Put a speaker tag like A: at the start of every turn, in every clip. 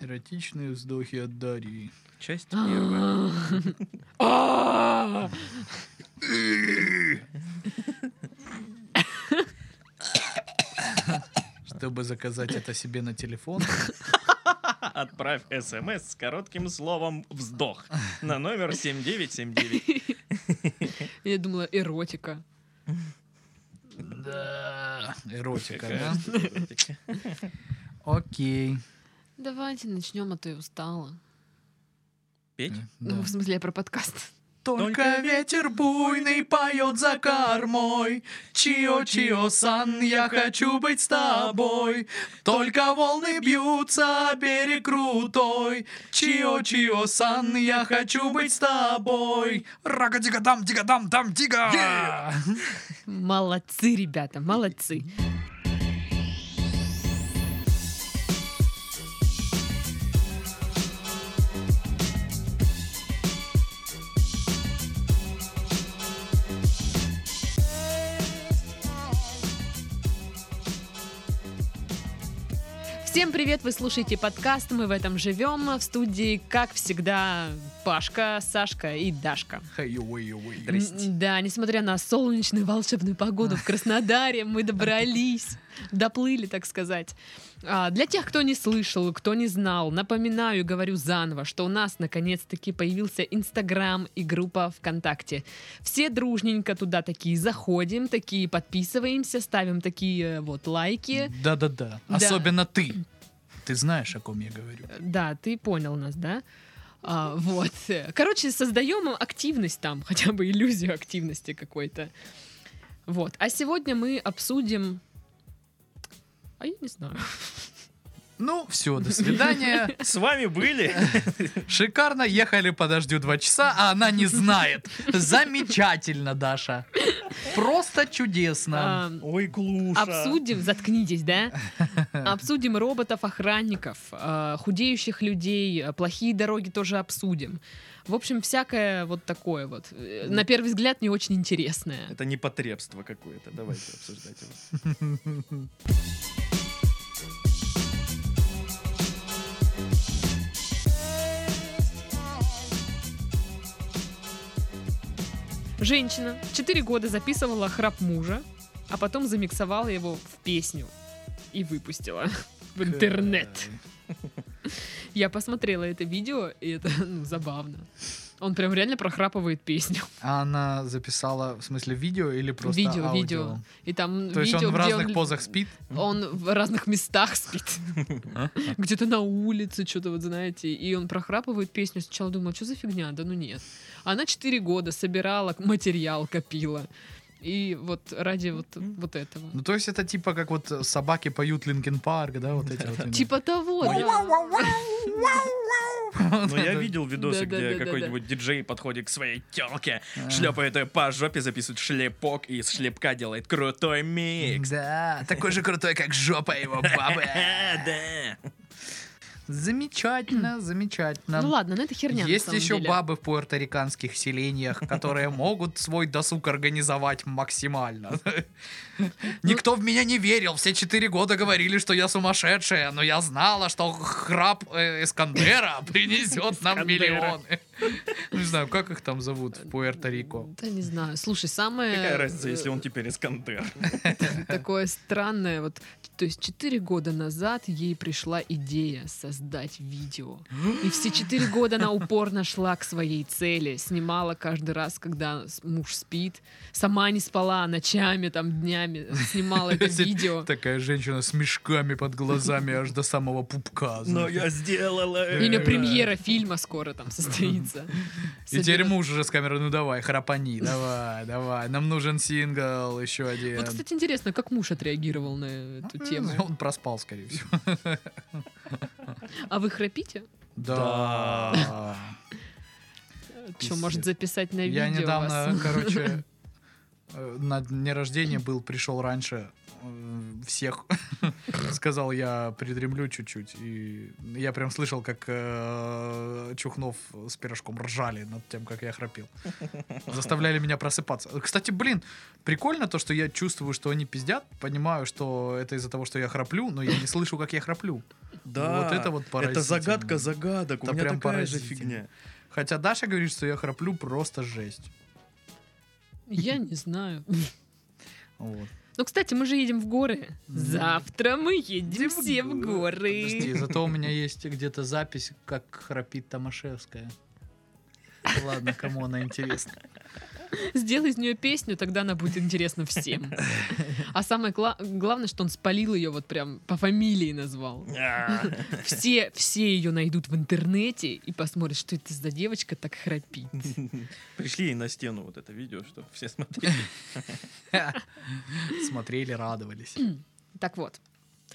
A: Эротичные вздохи от Дарьи.
B: Часть первая.
A: Чтобы заказать это себе на телефон,
B: Отправь смс с коротким словом «вздох» на номер 7979.
C: Я думала, эротика.
A: да, эротика,
B: Какая
A: да?
B: эротика.
A: Окей.
C: Давайте начнем, а то я устала.
B: Петь?
A: Да.
C: Ну, в смысле, я про подкаст.
A: Только ветер буйный поет за кормой. Чио-чио-сан, я хочу быть с тобой. Только волны бьются, о берег крутой. Чио-чио-сан, я хочу быть с тобой. Рага-дига-дам, дига-дам, дам, дига!
C: Молодцы, ребята, молодцы. Всем привет! Вы слушаете подкаст «Мы в этом живем». В студии, как всегда, Пашка, Сашка и Дашка.
A: Хай-ой-ой.
B: Здрасте.
C: М, Да, несмотря на солнечную волшебную погоду в Краснодаре, мы добрались, доплыли, так сказать. А, Для тех, кто не слышал, кто не знал, напоминаю и говорю заново, что у нас наконец-таки появился Инстаграм и группа ВКонтакте. Все дружненько туда такие заходим, такие подписываемся, ставим такие э, вот лайки.
A: Да-да-да,
C: Да.
A: особенно ты. Ты знаешь, о ком я говорю.
C: Да, ты понял нас, да? А, вот. Короче, создаем активность там, хотя бы иллюзию активности какой-то. Вот. А сегодня мы обсудим... А я не знаю.
A: Ну, все, до свидания.
B: С вами были
A: Шикарно, ехали по дождю два часа, а она не знает. Замечательно, Даша. Просто чудесно.
C: А,
B: Ой, Глуша.
C: обсудим... Заткнитесь, да? Обсудим роботов, охранников, э, худеющих людей, э, плохие дороги тоже обсудим. В общем, всякое вот такое вот. э, На первый взгляд, не очень интересное.
B: Это непотребство какое-то. Давайте обсуждать его.
C: Женщина в 4 года записывала храп мужа, а потом замиксовала его в песню и выпустила в интернет. Я посмотрела это видео, и это ну, забавно. Он прям реально прохрапывает песню.
A: А она записала, в смысле, видео или просто
C: видео,
A: аудио?
C: видео. И там
A: То есть
C: видео,
A: он в
C: где
A: разных позах спит?
C: Он в разных местах спит.
B: А?
C: Где-то на улице, что-то вот, знаете. И он прохрапывает песню. Сначала думала, что за фигня? Да ну нет. Она 4 года собирала материал, копила. И вот ради вот, вот этого.
A: Ну, то есть это типа как вот э, собаки поют Линкен Парк, да, вот эти вот именно.
C: Типа того, да.
B: Но Ну, я видел видосы, где
C: Да-да-да-да-да.
B: какой-нибудь диджей подходит к своей телке, шлепает ее по жопе, записывает шлепок и из шлепка делает крутой микс. А,
A: Да, такой же крутой, как жопа его бабы.
B: Да.
A: Замечательно, замечательно.
C: Ну ладно, ну это херня. на
A: Есть
C: самом
A: еще
C: деле.
A: бабы в пуэрториканских селениях, которые могут свой досуг организовать максимально.
C: Ну,
A: Никто в меня не верил. Все четыре года говорили, что я сумасшедшая, но я знала, что храп э, Эскандера принесет нам
B: Эскандера.
A: миллионы. Не знаю, как их там зовут в Пуэрто-Рико.
C: Да не знаю. Слушай, самое...
B: Какая разница,
C: э,
B: если он теперь Искандер?
C: Такое странное, вот... То есть четыре года назад ей пришла идея создать видео. И все четыре года она упорно шла к своей цели. Снимала каждый раз, когда с- муж спит. Сама не спала ночами, там, днями. Снимала это видео.
A: Такая женщина с мешками под глазами аж до самого пупка.
B: Но
A: знаешь.
B: я сделала
C: Или
B: это.
C: премьера фильма скоро там состоится.
A: И теперь
C: Собираю-
A: муж уже с камерой, ну давай, храпани, давай, давай, нам нужен сингл, еще один.
C: Вот, кстати, интересно, как муж отреагировал на эту тему?
A: Он проспал, скорее всего.
C: А вы храпите?
A: Да.
C: Что, может
A: Пиздец.
C: записать на видео
A: Я недавно,
C: вас?
A: короче, э, на дне рождения был, пришел раньше э, всех. Сказал, я придремлю чуть-чуть. И я прям слышал, как э, Чухнов с пирожком ржали над тем, как я храпел. Заставляли меня просыпаться. Кстати, блин, прикольно то, что я чувствую, что они пиздят. Понимаю, что это из-за того, что я храплю, но я не слышу, как я храплю.
B: Да,
A: Ну, Вот это вот
B: Это
A: поразительно.
B: загадка загадок.
A: Это
B: У меня
A: прям
B: такая же
A: поразительно.
B: фигня.
A: Хотя Даша говорит, что я храплю просто жесть.
C: Я не знаю.
A: Вот.
C: Ну, кстати, мы же едем в горы. Завтра мы едем
A: в
C: все в
A: Подожди,
C: горы.
A: зато у меня есть где-то запись, как храпит Томашевская. Ладно, кому она интересна.
C: Сделай из нее песню, тогда она будет интересна всем. А самое гла- главное, что он спалил ее вот прям по фамилии назвал.
B: А,
C: Все, все ее найдут в интернете и посмотрят, что это за девочка так храпит.
B: Пришли ей на стену вот это видео, чтобы все смотрели.
A: Смотрели, радовались.
C: Так вот.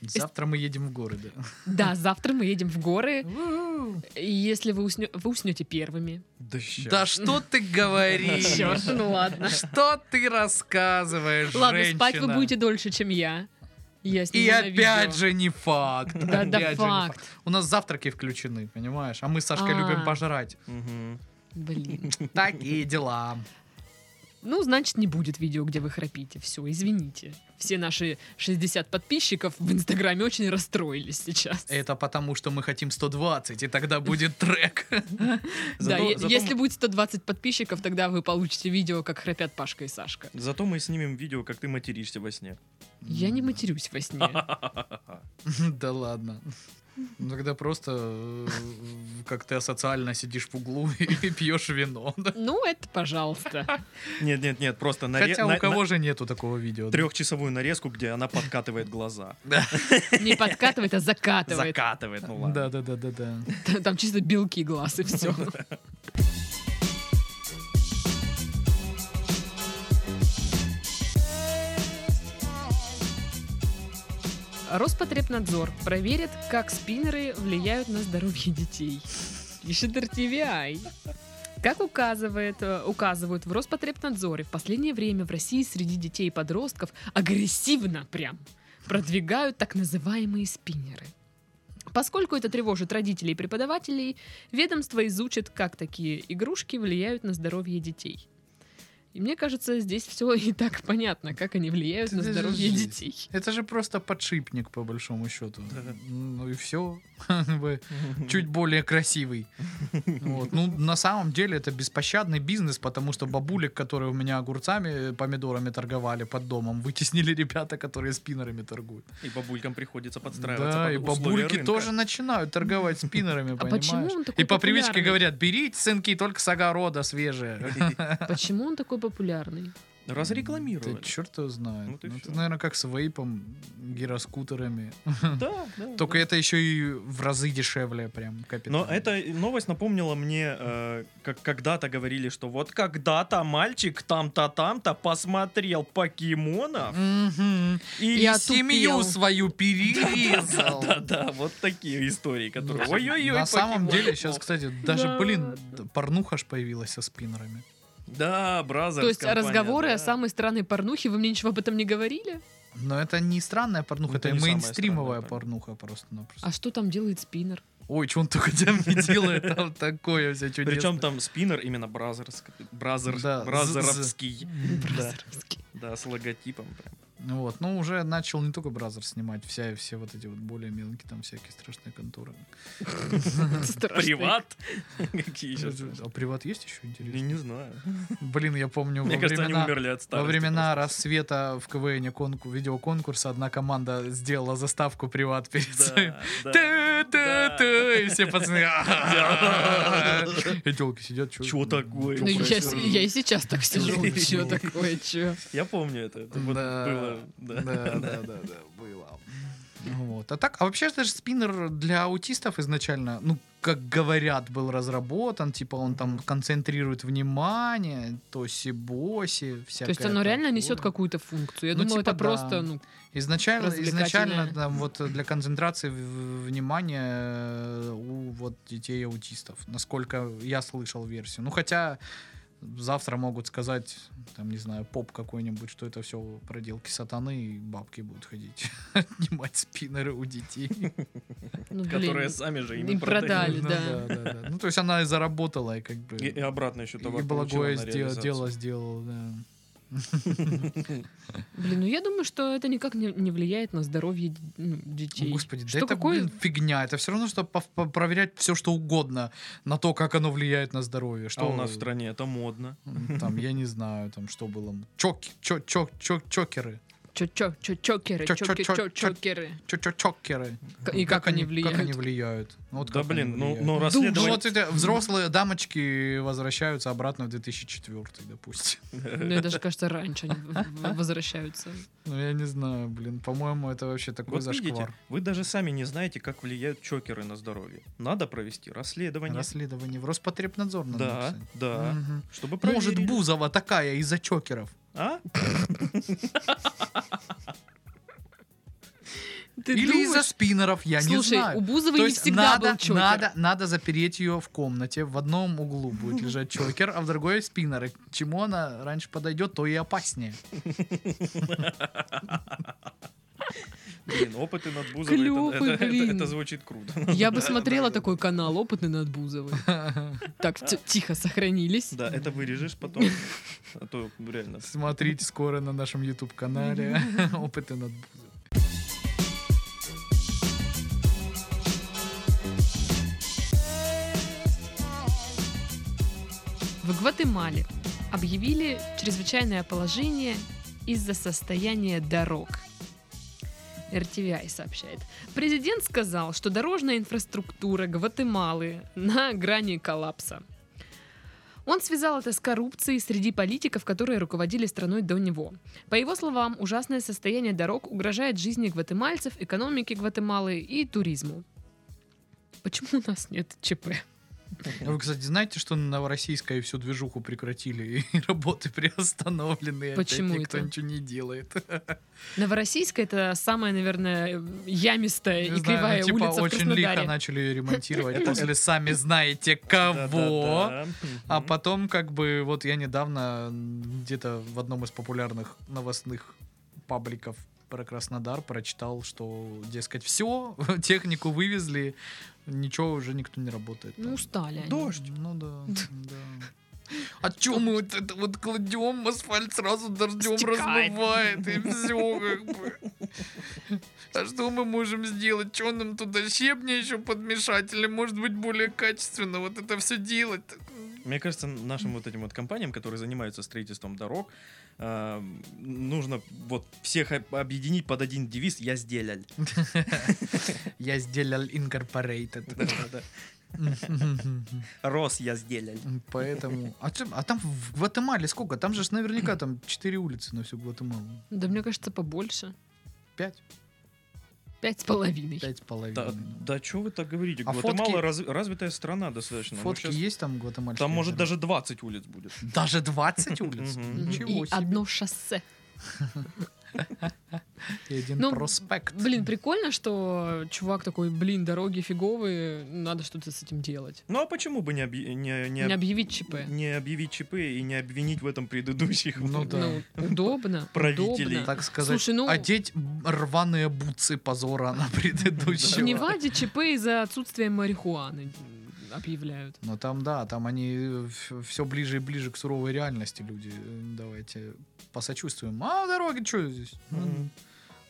A: Завтра мы едем в горы, да.
C: Да, завтра мы едем в горы. И если вы, уснё- вы уснете первыми.
B: Да щас.
A: Да что ты говоришь?
C: Черт, ну ладно.
A: Что ты рассказываешь,
C: Ладно, спать вы
A: женщина?
C: будете дольше, чем я. Я
A: И
C: сниму на
A: опять
C: видео.
A: же не факт.
C: Да, да,
A: опять же не
C: факт.
A: У нас завтраки включены, понимаешь? А мы с Сашкой
C: А.
A: любим пожрать.
B: Мгм.
C: Блин.
A: Такие дела.
C: Ну, значит, не будет видео, где вы храпите. Все, извините. Все наши 60 подписчиков в Инстаграме очень расстроились сейчас.
A: Это потому, что мы хотим 120, и тогда будет трек.
C: Да,
B: Зато-
C: е-
B: зато
C: если
B: мы-
C: будет 120 подписчиков, тогда вы получите видео, как храпят Пашка и Сашка.
B: Зато мы снимем видео, как ты материшься во сне.
C: Я не матерюсь во сне.
A: Да ладно. Ну, Тогда просто э, как ты асоциально сидишь в углу и пьешь вино. да.
C: Ну, это пожалуйста.
B: Нет, нет, нет, просто
A: Хотя у
B: нарезку.
A: кого же нету такого видео? да?
B: Трехчасовую нарезку, где она подкатывает глаза.
C: Не подкатывает, а закатывает.
B: Закатывает, ну ладно.
A: Да, да, да, да, да.
C: Т- Там чисто белки глаз и все. Роспотребнадзор проверит, как спиннеры влияют на здоровье детей. Пишет RTVI. А Как указывает, э, указывают в Роспотребнадзоре, в последнее время в России среди детей и подростков агрессивно прям продвигают так называемые спиннеры. Поскольку это тревожит родителей и преподавателей, ведомство изучит, как такие игрушки влияют на здоровье детей. И мне кажется, здесь все и так понятно, как они влияют
A: Это
C: на
A: же
C: здоровье
A: жесть.
C: детей.
A: Это же просто подшипник, по большому счету.
B: Да.
A: Ну и все. Чуть более красивый. Вот. Ну, на самом деле, это беспощадный бизнес, потому что бабулек, которые у меня огурцами, э, помидорами торговали под домом, вытеснили ребята, которые спиннерами торгуют.
B: И бабулькам приходится подстраиваться
A: Да,
B: под
A: и
B: условия
A: бабульки
B: рынка.
A: тоже начинают торговать спиннерами,
C: А почему
A: понимаешь?
C: он такой
A: И по привычке
C: популярный?
A: говорят, берите, сынки, только с огорода свежие.
C: Почему он такой популярный?
A: Да
B: Разрекламировали.
A: черт его знает.
B: Ну ты
A: Ну,
B: всё.
A: это, наверное, как с вейпом, гироскутерами. Ну,
B: Да, да.
A: Только это еще и в разы дешевле, прям капитально.
B: Но эта новость напомнила мне, э, как когда-то говорили, что вот когда-то мальчик там-то там-то посмотрел покемонов
A: Мгм.
B: и...
A: Я
C: Я
A: семью
C: тупел.
A: свою перерезал.
B: Да-да, вот такие истории, которые... Ой-ой-ой,
A: На самом
B: покемонов.
A: деле, сейчас, кстати, даже,
C: Да
A: блин,
C: ладно.
A: порнуха ж появилась со спиннерами.
B: Да, бразер.
C: То есть разговоры о самой странной порнухе, вы мне ничего об этом не говорили?
A: Но это не странная порнуха,
B: Ну,
A: это,
B: это не самая
A: мейнстримовая
B: странная
A: порнуха просто-напросто.
C: А что там делает спиннер?
A: Ой, что он только там не делает, там такое все чудесно.
B: Причем там спиннер именно бразерс, бразер,
A: Да, з- з.
B: бразеровский. Да.
C: Бразеровский.
B: Да, с логотипом прям.
A: Ну Вот, ну уже начал не только Бразер снимать, вся, все вот эти вот более мелкие там всякие страшные конторы.
C: Страшный.
B: Приват? Какие еще?
A: А приват есть еще
B: Я
A: интересно?
B: не знаю.
A: Блин, я помню во
B: Мне кажется, они
A: времена...
B: умерли от старости.
A: Во времена рассвета в КВН конку, видеоконкурса одна команда сделала заставку приват перед
B: просто.
A: своим.
B: Да, да, да.
A: Ту-ту-ту, И все пацаны. «А-а-а». И телки сидят. чё-
B: Чё такое?
A: чё
C: Ну, я,
A: происходит?
C: с- я и сейчас так сижу.
A: Чё?
C: Че такое, че?
B: Я помню это. Это вот
A: Да.
B: было.
A: Да, да,
B: Да.
A: да, да, было. Вот. А так, а вообще даже спиннер для аутистов изначально, ну, как говорят, был разработан, типа он там концентрирует внимание, тоси-боси, всякое.
C: То есть оно реально несет
A: такое.
C: какую-то функцию. Я
A: Ну,
C: думала,
A: типа
C: это
A: да.
C: просто, ну,
A: Изначально,
C: развлекательное.
A: изначально там вот э, для концентрации в- внимания э, у вот детей аутистов, насколько я слышал версию. Ну, хотя Завтра могут сказать, там, не знаю, поп какой-нибудь, что это все проделки сатаны, и бабки будут ходить отнимать спиннеры у детей.
C: Ну, блин.
B: которые сами же им
C: им
B: и
A: Ну
C: продали.
B: продали.
C: Да.
A: да, да, да. Ну, то есть она и заработала, и как бы...
B: И, а, и обратно еще товар
A: И
B: получила
A: благое
B: на
A: сдел-
B: реализацию.
A: дело сделал, да.
C: Блин, ну я думаю, что это никак не, не влияет на здоровье д- ну, детей.
A: Господи, да
C: что
A: это
C: какое...
A: блин, фигня. Это все равно, что пов- по- проверять все, что угодно на то, как оно влияет на здоровье. Что
B: А у нас в стране это модно.
A: Там, я не знаю, там что было. Чоки, чок, чок, чок, чокеры.
C: Чо-чо, чо-чокеры,
A: Чо- чо-
C: чоки-
A: чо-
C: чо-
A: чо-
C: чокеры.
A: Чок, чок, чокеры.
C: К- И как они
A: Как они
C: влияют?
A: влияют? Ну, вот
B: да
A: как они
B: блин, ну,
A: влияют.
B: ну
A: Ну,
B: расследовать...
A: вот эти взрослые дамочки возвращаются обратно в 2004, допустим.
C: Мне Ну, даже кажется, раньше они в- в- возвращаются.
A: Ну, я не знаю, блин, по-моему, это вообще такой
B: Вот
A: зашквар.
B: видите, вы даже сами не знаете, как влияют чокеры на здоровье. Надо провести расследование.
A: Расследование в Роспотребнадзор надо
B: Да,
A: написать.
B: да.
A: Мгм.
B: Чтобы проверили.
A: Может, Бузова такая из-за чокеров.
B: А?
C: Ты
A: Или
C: думаешь?
A: из-за спиннеров, я не
C: Слушай,
A: знаю.
C: у Бузовой
A: То
C: не
A: есть
C: всегда
A: надо,
C: был чокер.
A: надо, надо запереть ее в комнате. В одном углу будет лежать чокер, а в другой спиннер. И к чему она раньше подойдет, то и опаснее.
B: Блин, опыты над Бузовой, это-
C: Клёвый,
B: это, это-
C: блин.
B: это звучит круто.
C: Я бы
B: Да,
C: смотрела
B: да, да.
C: такой канал «Опытный над Бузовой». Так, т- тихо, сохранились.
B: Да, это вырежешь потом. А то реально.
A: Смотрите скоро на нашем YouTube-канале. Опыты над Бузовой.
C: В Гватемале объявили чрезвычайное положение из-за состояния дорог. РТВИ сообщает. Президент сказал, что дорожная инфраструктура Гватемалы на грани коллапса. Он связал это с коррупцией среди политиков, которые руководили страной до него. По его словам, ужасное состояние дорог угрожает жизни гватемальцев, экономике Гватемалы и туризму. Почему у нас нет ЧП?
A: А Вы, кстати, знаете, что на Новороссийской всю движуху прекратили, и работы приостановлены, и опять
C: Почему
A: никто
C: это?
A: ничего не делает.
C: Новороссийская это самая, наверное,
A: Не
C: ямистая Э, и
A: знаю,
C: кривая
A: ну, типа,
C: улица в
A: очень лихо
C: Краснодаре.
A: начали ее ремонтировать после сами знаете кого.
B: Да-да-да.
A: А
B: Мгм.
A: потом, как бы, вот я недавно м, где-то в одном из популярных новостных пабликов про Краснодар прочитал, что, дескать, все, технику вывезли, ничего уже никто не работает.
C: Ну,
A: там.
C: устали они.
B: Дождь.
A: Ну да, да. А чё мы вот это вот кладем, асфальт сразу дождем
C: Стекает.
A: размывает, и все как бы. А что мы можем сделать? Чё нам туда щебня еще подмешать? Или может быть более качественно вот это все делать?
B: Мне кажется, нашим вот этим вот компаниям, которые занимаются строительством дорог, э, нужно вот всех об- объединить под один девиз «Я сделал».
A: Я сделал incorporated.
B: Рос я сделал.
A: Поэтому... А, чё- а там в Гватемале сколько? Там же ж наверняка там 4 улицы на всю Гватемалу.
C: Да мне кажется, побольше.
A: 5?
C: Пять с половиной.
A: 5 с
B: Да,
A: половиной. ну.
B: да что вы так говорите?
A: А
B: Гватемала
A: фотки-
B: раз- развитая страна достаточно. Ну,
A: Фотки
B: щас-
A: есть там гватемальские?
B: Там может даже 20 улиц будет.
A: Даже 20 улиц?
B: Мгм.
A: Ничего
C: И
A: себе.
C: одно шоссе.
A: И один
C: Ну,
A: проспект.
C: Блин, прикольно, что чувак такой, блин, дороги фиговые, надо что-то с этим делать.
B: Ну а почему бы не, объ- не, не
C: Не
B: об-
C: объявить ЧП.
B: не объявить ЧП и не обвинить в этом предыдущих?
A: Ну да.
C: Ну, удобно.
B: Правителей.
C: удобно.
A: Так сказать,
C: Слушай, ну-
A: одеть б- рваные бутсы позора на
C: В
A: предыдущего.
C: Неваде ЧП из-за отсутствия марихуаны объявляют.
A: Ну там да, там они все ближе и ближе к суровой реальности люди. Давайте посочувствуем. А дороги что здесь? Ну,
B: Мгм.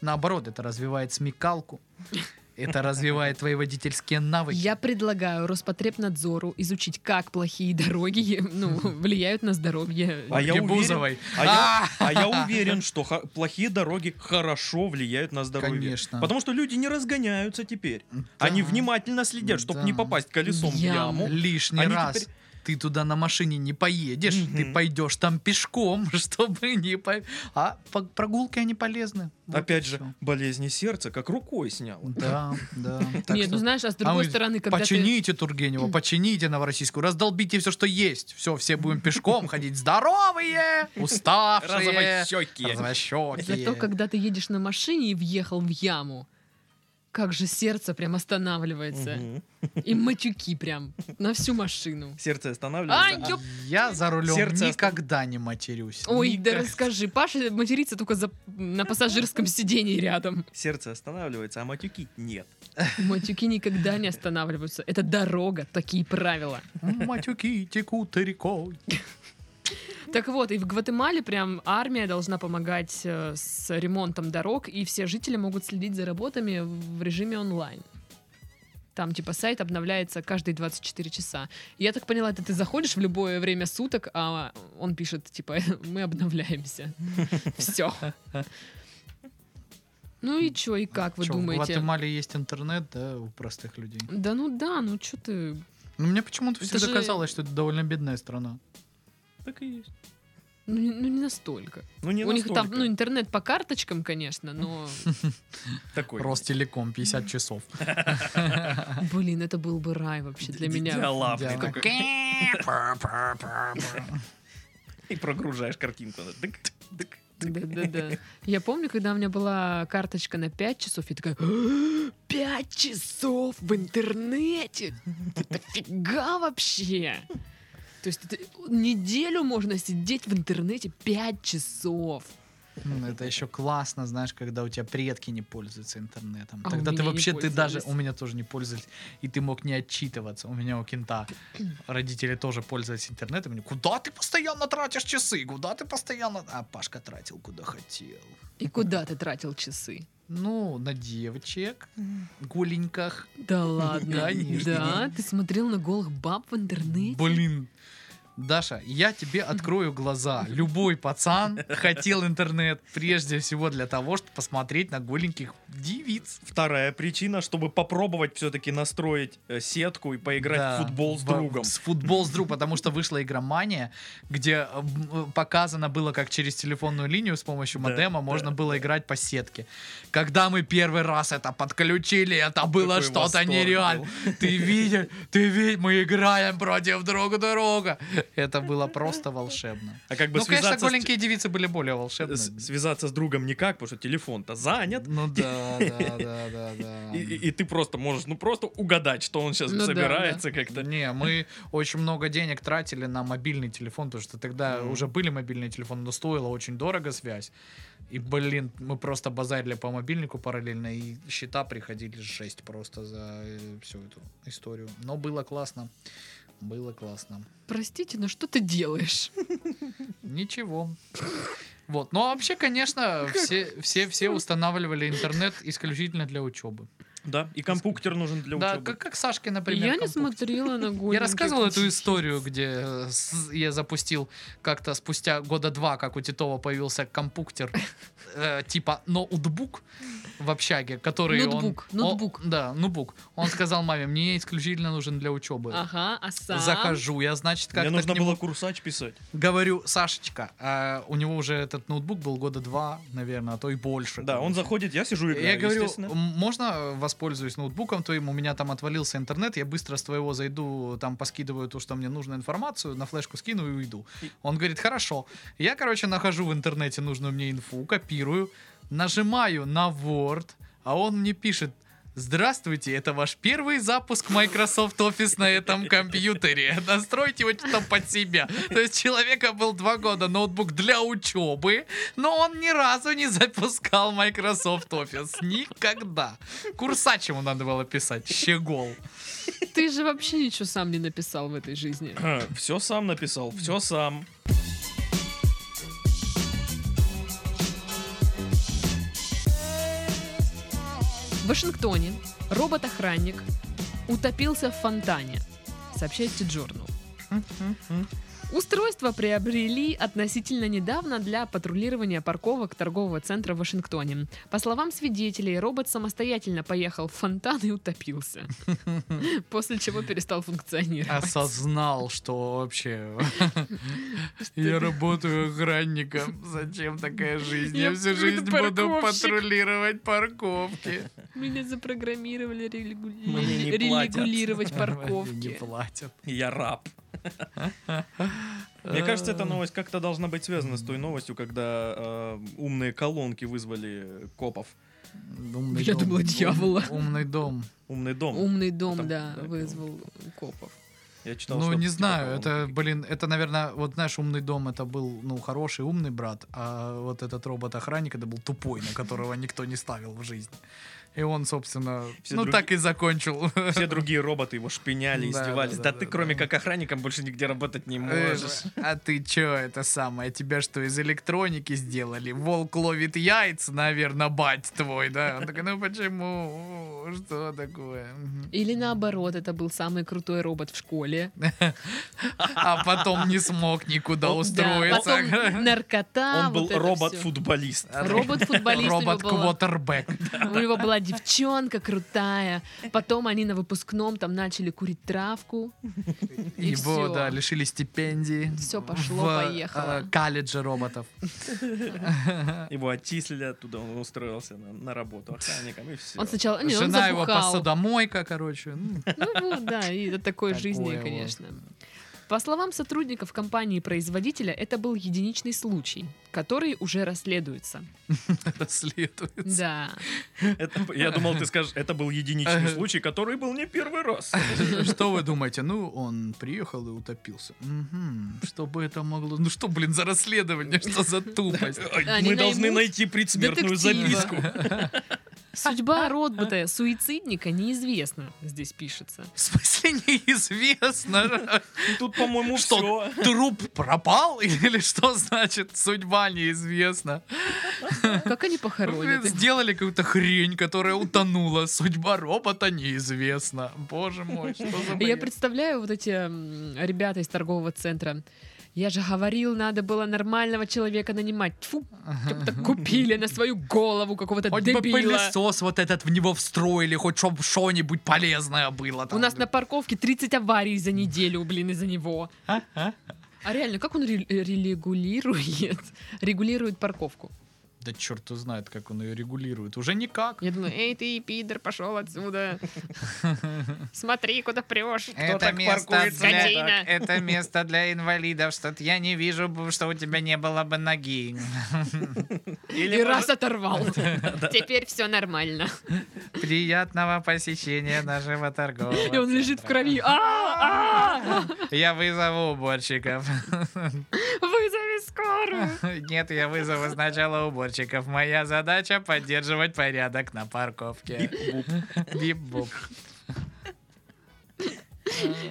A: Наоборот, это развивает смекалку. Это развивает твои водительские навыки.
C: Я предлагаю Роспотребнадзору изучить, как плохие дороги ну, влияют на здоровье.
B: А я
A: Ольги
B: уверен-
A: Бузовой.
B: А я, а я уверен, что хо- плохие дороги хорошо влияют на здоровье.
A: Конечно.
B: Потому что люди не разгоняются теперь.
A: Да.
B: Они внимательно следят, чтобы
A: Да.
B: не попасть колесом в
C: Яму.
B: яму.
A: Лишний
B: Они
A: раз
B: теперь-
A: ты туда на машине не поедешь, ты
B: Мгм.
A: пойдешь там пешком, чтобы не по... А по- прогулки они полезны. Вот
B: Опять
A: и
B: же,
A: всё.
B: болезни сердца как рукой сняло.
A: Да, да. Так
C: Нет,
A: что
C: ну знаешь, а с
A: А
C: другой
A: мы
C: стороны, когда ты...
A: Почините Тургенева, почините Новороссийскую, раздолбите все, что есть. Все, все будем пешком ходить. Здоровые, уставшие,
B: э, Розовощёкие.
A: развощекие.
C: Зато когда ты едешь на машине и въехал в яму, как же сердце прям останавливается.
B: Мгм.
C: И матюки прям на всю машину.
B: Сердце
C: А,
B: останавливается.
C: ёп!
A: Я за рулем
B: Сердце оста-
A: никогда не матерюсь.
C: Ой, да
A: Никак.
C: расскажи. Паша матерится только за- на пассажирском сидении рядом.
B: Сердце останавливается, а матюки нет.
C: Матюки никогда не останавливаются. Это дорога, такие правила.
A: Матюки текут рекой.
C: Так вот, и в Гватемале прям армия должна помогать э, с ремонтом дорог, и все жители могут следить за работами в режиме онлайн. Там типа сайт обновляется каждые 24 часа. Я так поняла, это ты заходишь в любое время суток, а он пишет типа мы обновляемся. Все. Ну и чё, и как вы
A: Чё, В
C: думаете?
A: Гватемале есть интернет, да, у простых людей.
C: Да ну да, ну что ты...
A: Но мне почему-то
C: Это
A: всегда
C: же-
A: казалось, что это довольно бедная страна.
B: Так и есть.
C: Ну, не- ну не настолько.
B: Ну не
C: У них там,
B: настолько.
C: ну, интернет по карточкам, конечно, но
B: такой.
A: Ростелеком 50 часов.
C: Блин, это был бы рай вообще для
B: ди-
C: меня.
B: диалабный
A: Диалог.
B: такой. И прогружаешь картинку. она дык, дык, дык.
C: Да-да-да. Я помню, когда у меня была карточка на 5 часов, я такая, 5 часов в интернете? Это фига вообще? То есть это неделю можно сидеть в интернете 5 часов.
A: М, Это еще классно, знаешь, когда у тебя предки не пользуются интернетом.
C: А у
A: Тогда ты
C: меня не
A: вообще, ты даже, у
C: пользовались.
A: меня тоже не пользовались, и ты мог не отчитываться. У меня у кента родители тоже пользовались интернетом. Они, куда ты постоянно тратишь часы? Куда ты постоянно... А Пашка тратил, куда хотел.
C: И куда ты тратил часы?
A: Ну, на девочек, голеньках.
C: Да ладно.
A: Конечно.
C: Да, ты смотрел на голых баб в интернете?
A: Блин. Даша, я тебе открою глаза. Любой пацан хотел интернет прежде всего для того, чтобы посмотреть на голеньких девиц.
B: Вторая причина, чтобы попробовать все-таки настроить э, сетку и поиграть
A: Да,
B: в футбол с
A: в-
B: другом.
A: С футбол с другом, потому что вышла игромания, где э, м, показано было, как через телефонную линию с помощью
B: Да,
A: модема
B: да,
A: можно было играть по сетке. Когда мы первый раз это подключили, это было
B: Такой
A: что-то
B: восторг
A: нереально. Ты видишь, ты видишь, мы играем против друг друга. Это было просто волшебно.
B: А как бы
A: ну,
B: связаться
A: конечно,
B: с-
A: голенькие девицы были более
B: э,
A: волшебные.
B: с- связаться с другом никак, потому что телефон-то занят.
A: Ну да, да, да, да, да.
B: И, и- и ты просто можешь, ну просто угадать, что он сейчас
C: Ну да,
B: собирается
A: Да
B: как-то.
A: не, мы очень много денег тратили на мобильный телефон, потому что тогда
B: Мгм.
A: уже были мобильные телефоны, но стоила очень дорого связь. И, блин, мы просто базарили по мобильнику параллельно, и счета приходили жесть просто за э, всю эту историю. Но было классно. Было классно.
C: Простите, но что ты делаешь?
A: Ничего. Вот. Но вообще, конечно, все, все, все устанавливали интернет исключительно для учебы.
B: Да, и компьютер нужен для
A: Да,
B: учебы.
A: как, как Сашке, например.
C: Я не
A: компьютер.
C: смотрела на голеньких.
A: Я рассказывал эту
C: девиц.
A: историю, где э, с- я запустил как-то спустя года два, как у Титова появился компуктер э, типа ноутбук в общаге, который он-
C: Ноутбук,
A: о-
C: ноутбук.
A: да, ноутбук. Он сказал маме, мне исключительно нужен для учебы.
C: Ага, а сам?
A: Захожу, я, значит,
B: Мне
A: как-то
B: нужно
A: к нему
B: было курсач писать.
A: говорю, Сашечка, а у него уже этот ноутбук был года два, наверное, а то и больше.
B: Да, он заходит, я сижу и играю,
A: Я говорю,
B: естественно.
A: «М, можно воспользуюсь ноутбуком твоим, у меня там отвалился интернет, я быстро с твоего зайду, там поскидываю ту, что мне нужно информацию, на флешку скину и уйду.
B: И-
A: Он говорит, хорошо. Я, короче, нахожу в интернете нужную мне инфу, копирую, нажимаю на Word, а он мне пишет, Здравствуйте, это ваш первый запуск Microsoft Office на этом компьютере. Настройте его там под себя. То есть человека был два года ноутбук для учебы, но он ни разу не запускал Microsoft Office. Никогда. Курсач ему надо было писать. Щегол.
C: Ты же вообще ничего сам не написал в этой жизни.
B: Все сам написал, все сам.
C: В Вашингтоне робот-охранник утопился в фонтане, сообщает T-Journal. Устройство приобрели относительно недавно для патрулирования парковок торгового центра в Вашингтоне. По словам свидетелей, робот самостоятельно поехал в фонтан и утопился, после чего перестал функционировать.
A: Осознал, что вообще... Я работаю охранником. Зачем такая жизнь? Я
C: Я
A: всю жизнь буду
C: парковщик.
A: патрулировать парковки.
C: Меня запрограммировали регу-
B: А Мне не платят.
C: регулировать
A: Не
C: парковки.
A: платят.
B: Я раб. Мне кажется, ну, эта новость как-то должна быть связана с той новостью, когда э, умные колонки э, вызвали копов.
A: Умный
C: Я
A: дом.
C: думала, дьявола.
A: Ум- Умный дом.
B: Умный дом.
C: Умный дом,
B: Там,
C: да,
B: да,
C: вызвал копов.
B: Я читал,
A: Ну,
B: что
A: не
B: типа
A: знаю,
B: того,
A: это,
B: он-
A: блин, это, наверное, вот, знаешь, умный дом, это был, ну, хороший, умный брат, а вот этот робот-охранник, это был тупой, на которого никто не ставил в жизни. И он, собственно,
B: Все
A: ну,
B: други-
A: так и закончил.
B: Все другие роботы его шпиняли,
A: Да,
B: издевались.
A: да, да,
B: Да ты,
A: да,
B: кроме
A: да.
B: как охранником, больше нигде работать не
A: Э,
B: можешь.
A: А ты чё это самое? Тебя что, из электроники сделали? Волк ловит яйца, наверное, бать твой, да? Он такой, ну почему? Что такое? Мгм.
C: Или наоборот, это был самый крутой робот в школе.
A: А потом не смог никуда
C: Да,
A: устроиться.
C: потом наркота.
B: Он был
C: А, вот это всё. А,
B: робот-футболист.
C: Робот-футболист у него была.
A: Робот-квотербек.
C: У него была девчонка крутая. Потом они на выпускном там начали курить травку. И
A: Его,
C: всё.
A: да, лишили стипендии.
C: Всё пошло,
A: в,
C: поехало.
A: э, колледже роботов.
B: Его отчислили оттуда, он устроился на, на работу охранником, и все.
C: Он сначала... Ну Не, он
A: Жена его
C: забухал.
A: посудомойка, короче. Ну,
C: Ну вот, да, и до такой
A: Такое
C: жизни,
A: вот.
C: конечно. По словам сотрудников компании-производителя, это был единичный случай, который уже расследуется.
A: Расследуется.
C: Да.
B: Это- я думал, ты скажешь, это был единичный случай, который был не первый раз.
C: А,
A: Что вы думаете? Ну, он приехал и утопился. Мгм. Что бы это могло... Ну что, блин, за расследование? Что за тупость?
C: Они
B: Мы должны
C: наймут
B: найти предсмертную
C: детектива.
B: записку.
C: Судьба робота суицидника неизвестна, здесь пишется.
A: В смысле неизвестно?
B: Тут, по-моему,
A: Что,
B: все.
A: труп пропал? Или что значит судьба неизвестна?
C: Как они похоронят?
A: Сделали какую-то хрень, которая утонула. Судьба робота неизвестна. Боже мой, что за
C: Я
A: бред?
C: представляю вот эти м, ребята из торгового центра. Я же говорил, надо было нормального человека нанимать. Тьфу, как-то купили на свою голову какого-то
A: Хоть бы
C: дебила.
A: пылесос вот этот в него встроили, хоть чтобы что-нибудь полезное было.
C: У
A: там.
C: нас на парковке 30 аварий за неделю, блин, из-за него. А реально, как он ре- регулирует, регулирует парковку?
A: Да черт знает, как он ее регулирует. Уже никак.
C: Я думаю, эй, ты, пидор, пошел отсюда. Смотри, куда прешь.
B: Это так место паркуется, для-
C: скотина?
A: это место для инвалидов, что-то я не вижу, что у тебя не было бы ноги.
C: И
B: Или
C: раз оторвал. Теперь все нормально.
A: Приятного посещения нашего торгового.
C: И он лежит в крови. А, а,
A: Я вызову уборщиков.
C: Вызови скорую.
A: Нет, я вызову сначала уборщиков. Моя задача поддерживать порядок на парковке.
B: Э,
A: Бип-буп.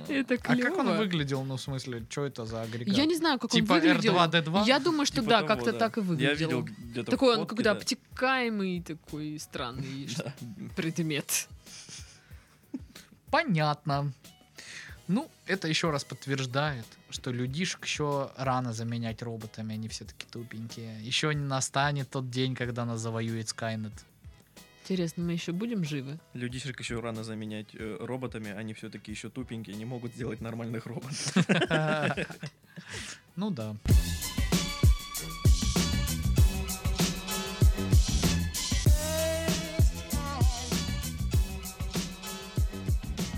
C: Это
A: А как он
C: клёво.
A: выглядел? Ну, в смысле, что это за агрегат?
C: Я не знаю, как
A: Типа
C: он выглядел.
A: R2D2?
C: Я думаю, что
B: Типа
C: да,
B: того,
C: как-то
B: да.
C: так и выглядел.
B: Я видел где-то
C: Такой он
B: фотки,
C: какой-то
B: да.
C: обтекаемый такой странный что- предмет.
A: Понятно. Ну, это еще раз подтверждает, что людишек еще рано заменять роботами, они все таки тупенькие. Еще не настанет тот день, когда нас завоюет Скайнет.
C: Интересно, мы еще будем живы?
B: Людишек еще рано заменять э, роботами, они все-таки еще тупенькие, не могут сделать нормальных роботов.
A: Ну да.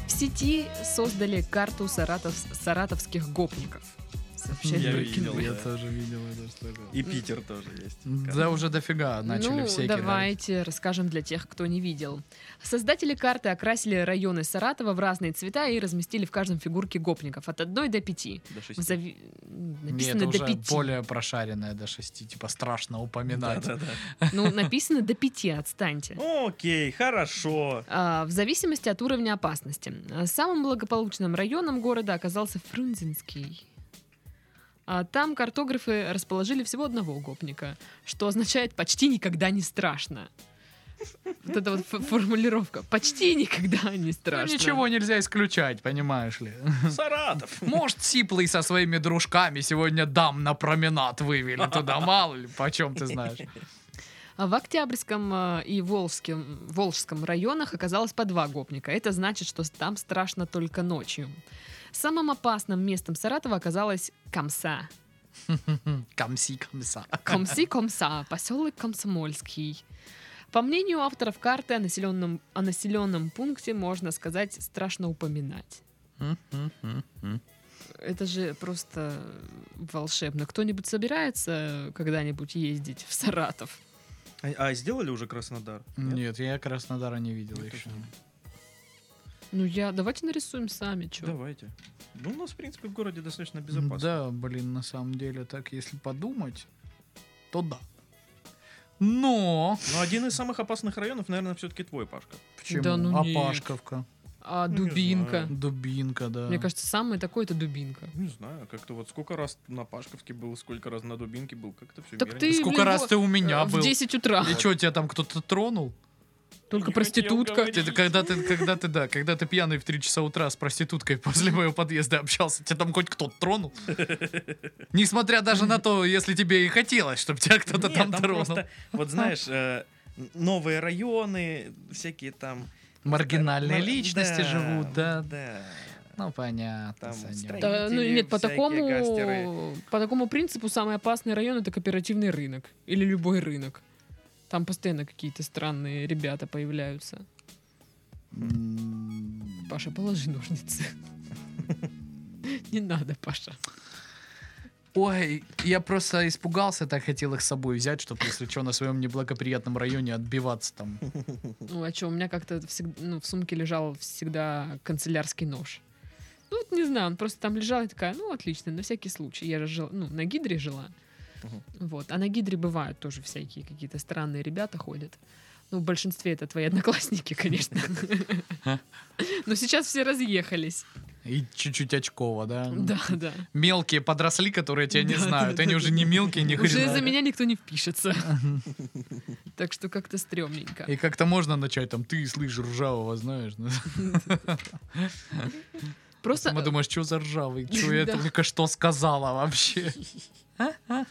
C: В сети создали карту саратов- саратовских гопников. Сообщает
B: Я
C: Breaking
B: видел,
C: News.
B: я
A: тоже видел это что-то.
B: И Питер тоже есть.
A: Да уже дофига начали
C: ну,
A: все кидать.
C: давайте расскажем для тех, кто не видел. Создатели карты окрасили районы Саратова в разные цвета и разместили в каждом фигурке гопников от 1 до 5.
B: До шести.
C: В зави-
A: Нет,
C: Написано
A: это
C: до
A: уже
C: 5.
A: более прошаренное до шести, типа страшно упоминать.
B: Да-да-да.
C: Ну, написано до 5, отстаньте.
B: Окей, хорошо.
C: А, В зависимости от уровня опасности. А, Самым благополучным районом города оказался Фрунзенский. А Там картографы расположили всего одного гопника, что означает «почти никогда не страшно». Вот эта вот ф- формулировка «почти никогда не
A: Ну,
C: страшно».
A: ничего нельзя исключать, понимаешь ли.
B: Саратов.
A: Может, Сиплый со своими дружками сегодня дам на променад вывели туда, мало ли, почем ты знаешь.
C: А В Октябрьском э, и Волжском, Волжском районах оказалось по два гопника. Это значит, что там страшно только ночью. Самым опасным местом Саратова оказалась Камса.
A: Камси, камса.
C: Комси Комса, поселок Комсомольский. По мнению авторов карты, о населенном, о населенном пункте можно сказать страшно упоминать. Это же просто волшебно. Кто-нибудь собирается когда-нибудь ездить в Саратов?
B: А, а сделали уже Краснодар?
A: Нет, я Краснодара не видел
B: Я
A: еще.
B: тоже не.
C: Ну я, давайте нарисуем сами, чё.
B: Давайте. Ну, у нас, в принципе, в городе достаточно безопасно.
A: Да, блин, на самом деле, так если подумать, то да. Но...
B: Но один из самых опасных районов, наверное, все-таки твой, Пашка.
A: Почему?
C: Да ну нет.
A: Апашковка.
C: А
B: Ну, не
C: дубинка.
B: знаю.
A: Дубинка, да.
C: Мне кажется, самое такое это дубинка.
B: Не знаю, как-то вот сколько раз на Пашковке был, сколько раз на Дубинке был, как-то все
C: Так ты
A: Сколько
C: блин,
A: раз
C: вот,
A: ты у меня
C: э,
A: был?
C: В 10 утра.
A: И что, тебя там кто-то тронул?
C: Только
B: хотел
C: проститутка.
B: говорить.
A: Ты, ты- когда ты, когда ты, да, когда ты пьяный в 3 часа утра с проституткой после моего подъезда общался, тебя там хоть кто-то тронул? Несмотря даже на то, если тебе и хотелось, чтобы тебя кто-то
B: Нет,
A: там
B: там
A: тронул.
B: просто, вот знаешь, э, н- новые районы, всякие там...
A: Маргинальные
B: Мар-
A: личности живут, да.
B: Да.
A: Ну, понятно,
B: Там
A: Санёк.
B: строи-
C: Да, ну
B: Видели
C: нет, по
B: всякие
C: такому,
B: гангстеры.
C: по такому принципу самый опасный район это кооперативный рынок или любой рынок. Там постоянно какие-то странные ребята появляются.
A: М,
C: Паша, положи ножницы. Не надо, Паша.
A: Ой, я просто испугался, так хотел их с собой взять, чтобы, если что, на своем неблагоприятном районе отбиваться там.
C: Ну, а что, у меня как-то всег- ну, в сумке лежал всегда канцелярский нож. Ну, вот не знаю, он просто там лежал, и такая, ну, отлично, на всякий случай. Я же жила, ну, на гидре жила.
B: Мгм.
C: Вот. А на гидре бывают тоже всякие какие-то странные ребята ходят. Ну, в большинстве это твои одноклассники, конечно. Но сейчас все разъехались.
A: И чуть-чуть очково, да?
C: Да, да.
A: Мелкие подросли, которые тебя не
C: Да,
A: знают.
C: да,
A: Они
C: да,
A: уже
C: да,
A: не
C: да.
A: мелкие, не
C: Уже за
A: хрена.
C: меня никто не впишется. Так что как-то стрёмненько.
A: И как-то можно начать там, ты слышь ржавого, знаешь. ну.
C: Просто
A: Мы
C: э,
A: думаешь, что за ржавый? Что я
C: Да.
A: только что сказала вообще?
C: на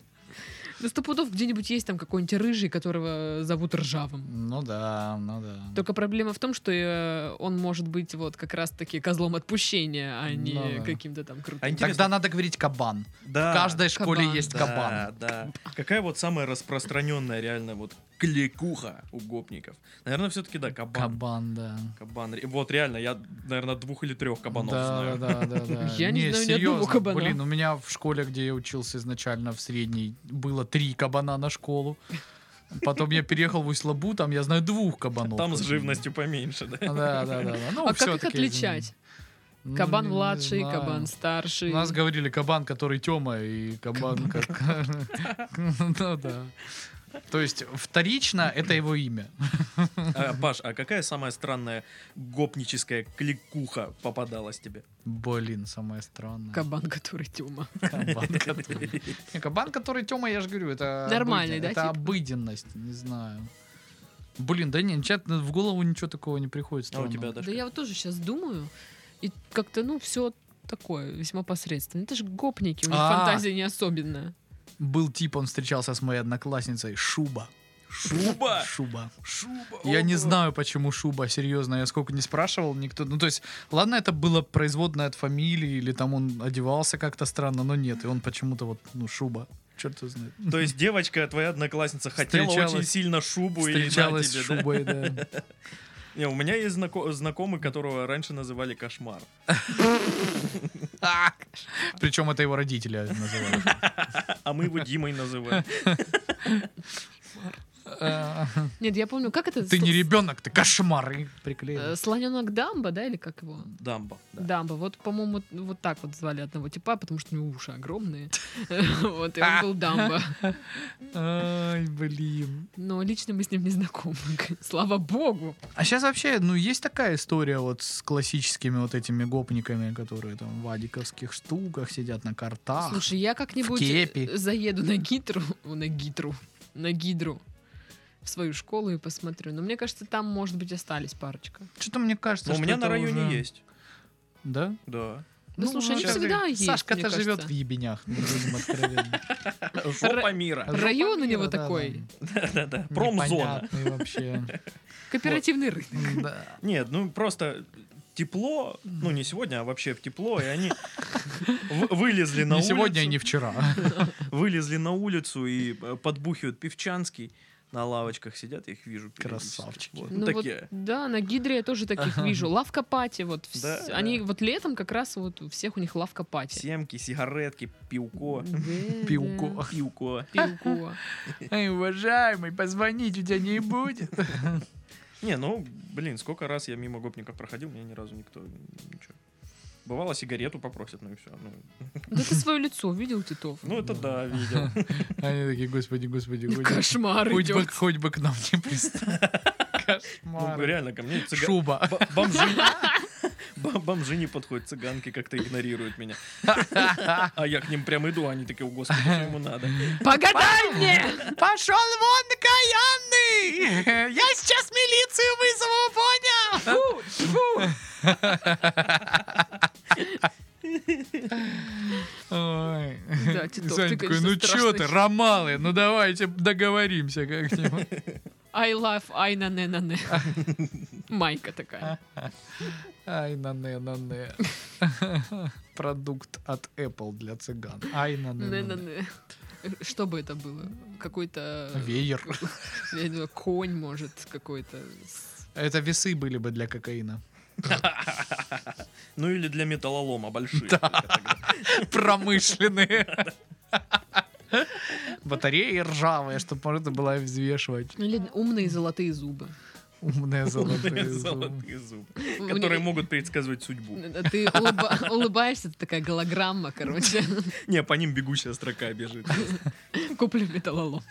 C: сто пудов где-нибудь есть там какой-нибудь рыжий, которого зовут Ржавым.
A: Ну да, ну да.
C: Только проблема в том, что э, он может быть вот как раз-таки козлом отпущения, а не
A: Ну да.
C: каким-то там
B: А
C: крутым.
B: интересно, А,
A: Тогда надо говорить кабан.
B: да,
A: В каждой школе
C: Кабан.
A: есть
B: да,
A: кабан.
B: да. Какая вот самая распространенная реально вот кликуха у гопников? Наверное, все-таки да, кабан.
A: Кабан, да.
B: Кабан. Ре- Вот реально, я, наверное, двух или трех кабанов
A: да,
B: знаю.
A: да, да, да.
C: Я не знаю ни одного
A: серьезно,
C: кабана.
A: Блин, у меня в школе, где я учился изначально в средней, было три кабана на школу. Потом я переехал в Усть-Лабу, там я знаю двух кабанов.
B: Там с живностью поменьше, да?
A: Да, да, да. да. Ну,
C: А как их
A: всё-таки,
C: отличать?
A: ну,
C: Кабан
A: не
C: младший,
A: знаю.
C: кабан старший.
A: У нас говорили кабан, который Тёма, и кабан как... Ну да. То есть вторично это его имя.
B: А, Паш, а какая самая странная гопническая кликуха попадалась тебе?
A: Блин, самое странное.
C: Кабан, который Тёма.
A: Кабан, который... Не, Кабан, который Тёма, я же говорю, это...
C: Нормальный,
A: обыден-
C: да,
A: Это
C: тип?
A: обыденность, не знаю. Блин, да не, ничего- в голову ничего такого не приходит.
B: А у
A: странного.
B: тебя,
C: Да
B: Дашка?
C: я вот тоже сейчас думаю, и как-то, ну, все такое весьма посредственно. Это же гопники, у них
A: А.
C: фантазия не особенная.
A: Был тип, он встречался с моей одноклассницей. Шуба.
B: Шуба!
A: Шуба.
B: Шуба!
A: Я не
B: ого.
A: знаю, почему шуба, серьезно, я сколько не спрашивал, никто... Ну, то есть, ладно, это было производное от фамилии, или там он одевался как-то странно, но нет, и он почему-то вот, ну, шуба. Черт его знает.
B: То есть девочка, твоя одноклассница, хотела
A: Встречалась-
B: очень сильно шубу и на
A: Встречалась с
B: тебе, да?
A: шубой, да.
B: Не, у меня есть знако- знакомый, которого раньше называли кошмар.
A: Причем это его родители называли.
B: А мы его Димой называем.
A: А,
C: Нет, я помню, как это?
A: Ты не ребенок, ты кошмар. И
B: э,
A: приклеил.
C: Слоненок Дамба, да, или как его?
B: Дамба. да.
C: Дамба. Вот, по-моему, вот так вот звали одного типа, потому что у него уши огромные. Вот, и он был Дамба.
A: Ай, блин.
C: Но лично мы с ним не знакомы. Слава богу.
A: А сейчас вообще, ну, есть такая история вот с классическими вот этими гопниками, которые там в адиковских штуках сидят на картах.
C: Слушай, я как-нибудь
A: в кепи.
C: э, заеду на гидру, о, на гидру, на гидру в свою школу и посмотрю. Но мне кажется, там, может быть, остались парочка.
A: Что-то мне кажется,
B: Но ну,
A: что
B: у меня
A: это
B: на районе
A: уже-
B: есть.
A: Да?
B: Да.
C: Да слушай, они
A: сейчас
C: всегда
A: и-
C: есть, мне
A: Сашка-то
C: кажется.
A: живет в ебенях, ну, будем откровенны.
B: Жопа мира.
C: Район у него
A: Да-да-да.
C: такой.
B: Да-да. Промзона.
A: Непонятный вообще.
C: Кооперативный рынок.
A: Да.
B: Нет, ну просто тепло, ну не сегодня, а вообще в тепло, и они вы- вылезли на
A: Не
B: улицу.
A: сегодня и не вчера.
B: Вылезли на улицу и э, подбухивают певчанский. на лавочках сидят, я их вижу. периодически.
A: Красавчики.
B: Вот,
C: Ну, вот,
B: такие.
C: да, на Гидре я тоже таких вижу. Лавка пати, вот вс-
B: Да, да.
C: они вот летом как раз вот у всех у них лавка пати.
B: Семки, сигаретки, пивко.
C: Да,
A: Пивко.
B: Пивко.
C: да, Пивко.
A: Эй, уважаемый, позвонить у тебя не будет.
B: Не, ну, блин, сколько раз я мимо гопников проходил, меня ни разу никто ничего. Бывало, сигарету попросят, ну и все. Ну,
C: Да ты свое лицо видел, Титов?
B: ну, это да, видел.
A: Они такие, господи, господи, господи.
C: Ну, Кошмар
A: Хоть бы,
C: идет.
A: хоть бы к нам не пристал.
B: Ну,
A: Кошмар.
B: реально, ко мне цыга-
A: Шуба.
B: б- бомжи... б- бомжи не подходят, цыганки как-то игнорируют меня. А я к ним прям иду, а они такие, о господи, что ему надо?
C: Погадай мне!
A: Пошел вон, каянный! Я сейчас милицию вызову, понял? Ой.
C: Да, Титов,
A: Саня
C: ты,
A: такой,
C: конечно,
A: ну чё ты,
C: страшный.
A: ромалы, ну давайте договоримся как-нибудь.
C: I love Айна не на не. Майка такая.
A: Ай, нане, нане. Продукт от Apple для цыган. Ай,
C: Не
A: нане,
C: на
A: нане.
C: не. Что бы это было? Какой-то...
A: Веер.
C: я не знаю, Конь, может, какой-то. с-
A: Это весы были бы для кокаина.
B: Ну или для металлолома большие. только тогда.
A: Промышленные. Батареи ржавые, чтобы можно было взвешивать.
C: Ну, Или умные золотые зубы.
A: Умные золотые зубы.
B: Золотые зубы.
C: У
B: Которые
C: меня-
B: могут предсказывать судьбу.
C: Ты улыба- улыбаешься, ты такая голограмма, короче.
B: Не, по ним бегущая строка бежит.
C: Куплю металлолом.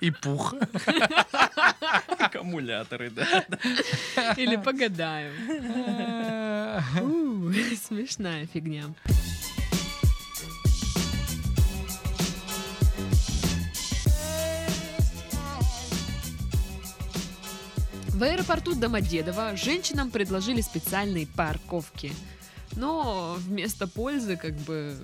A: И пух.
B: Аккумуляторы, да.
C: Или погадаю.
A: Э,
C: У, Смешная фигня. В аэропорту Домодедово женщинам предложили специальные парковки. Но вместо пользы, как бы,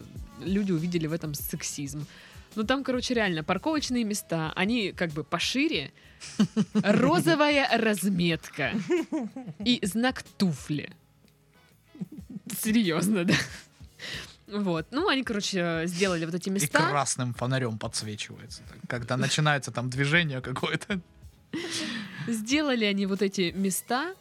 C: люди увидели в этом сексизм. Ну там, короче, реально, парковочные места, они как бы пошире, розовая разметка и знак туфли. Серьезно, да? Вот. Ну, они, короче, сделали вот эти
A: И
C: места.
A: красным фонарем подсвечивается. Когда начинается там движение какое-то.
C: сделали они вот эти места.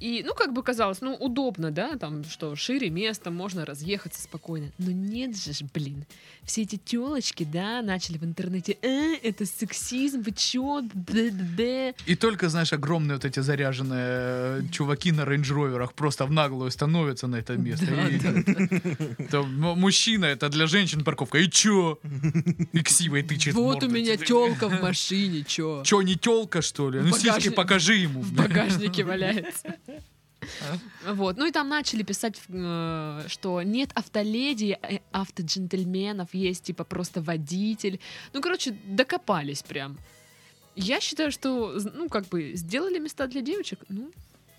C: И, ну, как бы казалось, ну, удобно, да, там, что шире место, можно разъехаться спокойно. Но нет же ж, блин, все эти телочки, да, начали в интернете, э, это сексизм, вы чё, б
A: И только, знаешь, огромные вот эти заряженные э, чуваки на рейндж-роверах просто в наглую становятся на это место.
C: Да,
A: И- то м- мужчина, это для женщин парковка. И чё? И ксивой тычет
C: Вот у
A: мордой.
C: меня телка в машине, чё?
A: Чё, не телка, что ли?
C: В
A: Ну,
C: багажник-
A: сиськи покажи ему.
C: в
A: бля.
C: багажнике валяется.
B: А?
C: Вот. Ну и там начали писать, э, что нет автоледи, э, автоджентльменов, есть типа просто водитель. Ну, короче, докопались прям. Я считаю, что, з- ну, как бы, сделали места для девочек. Ну,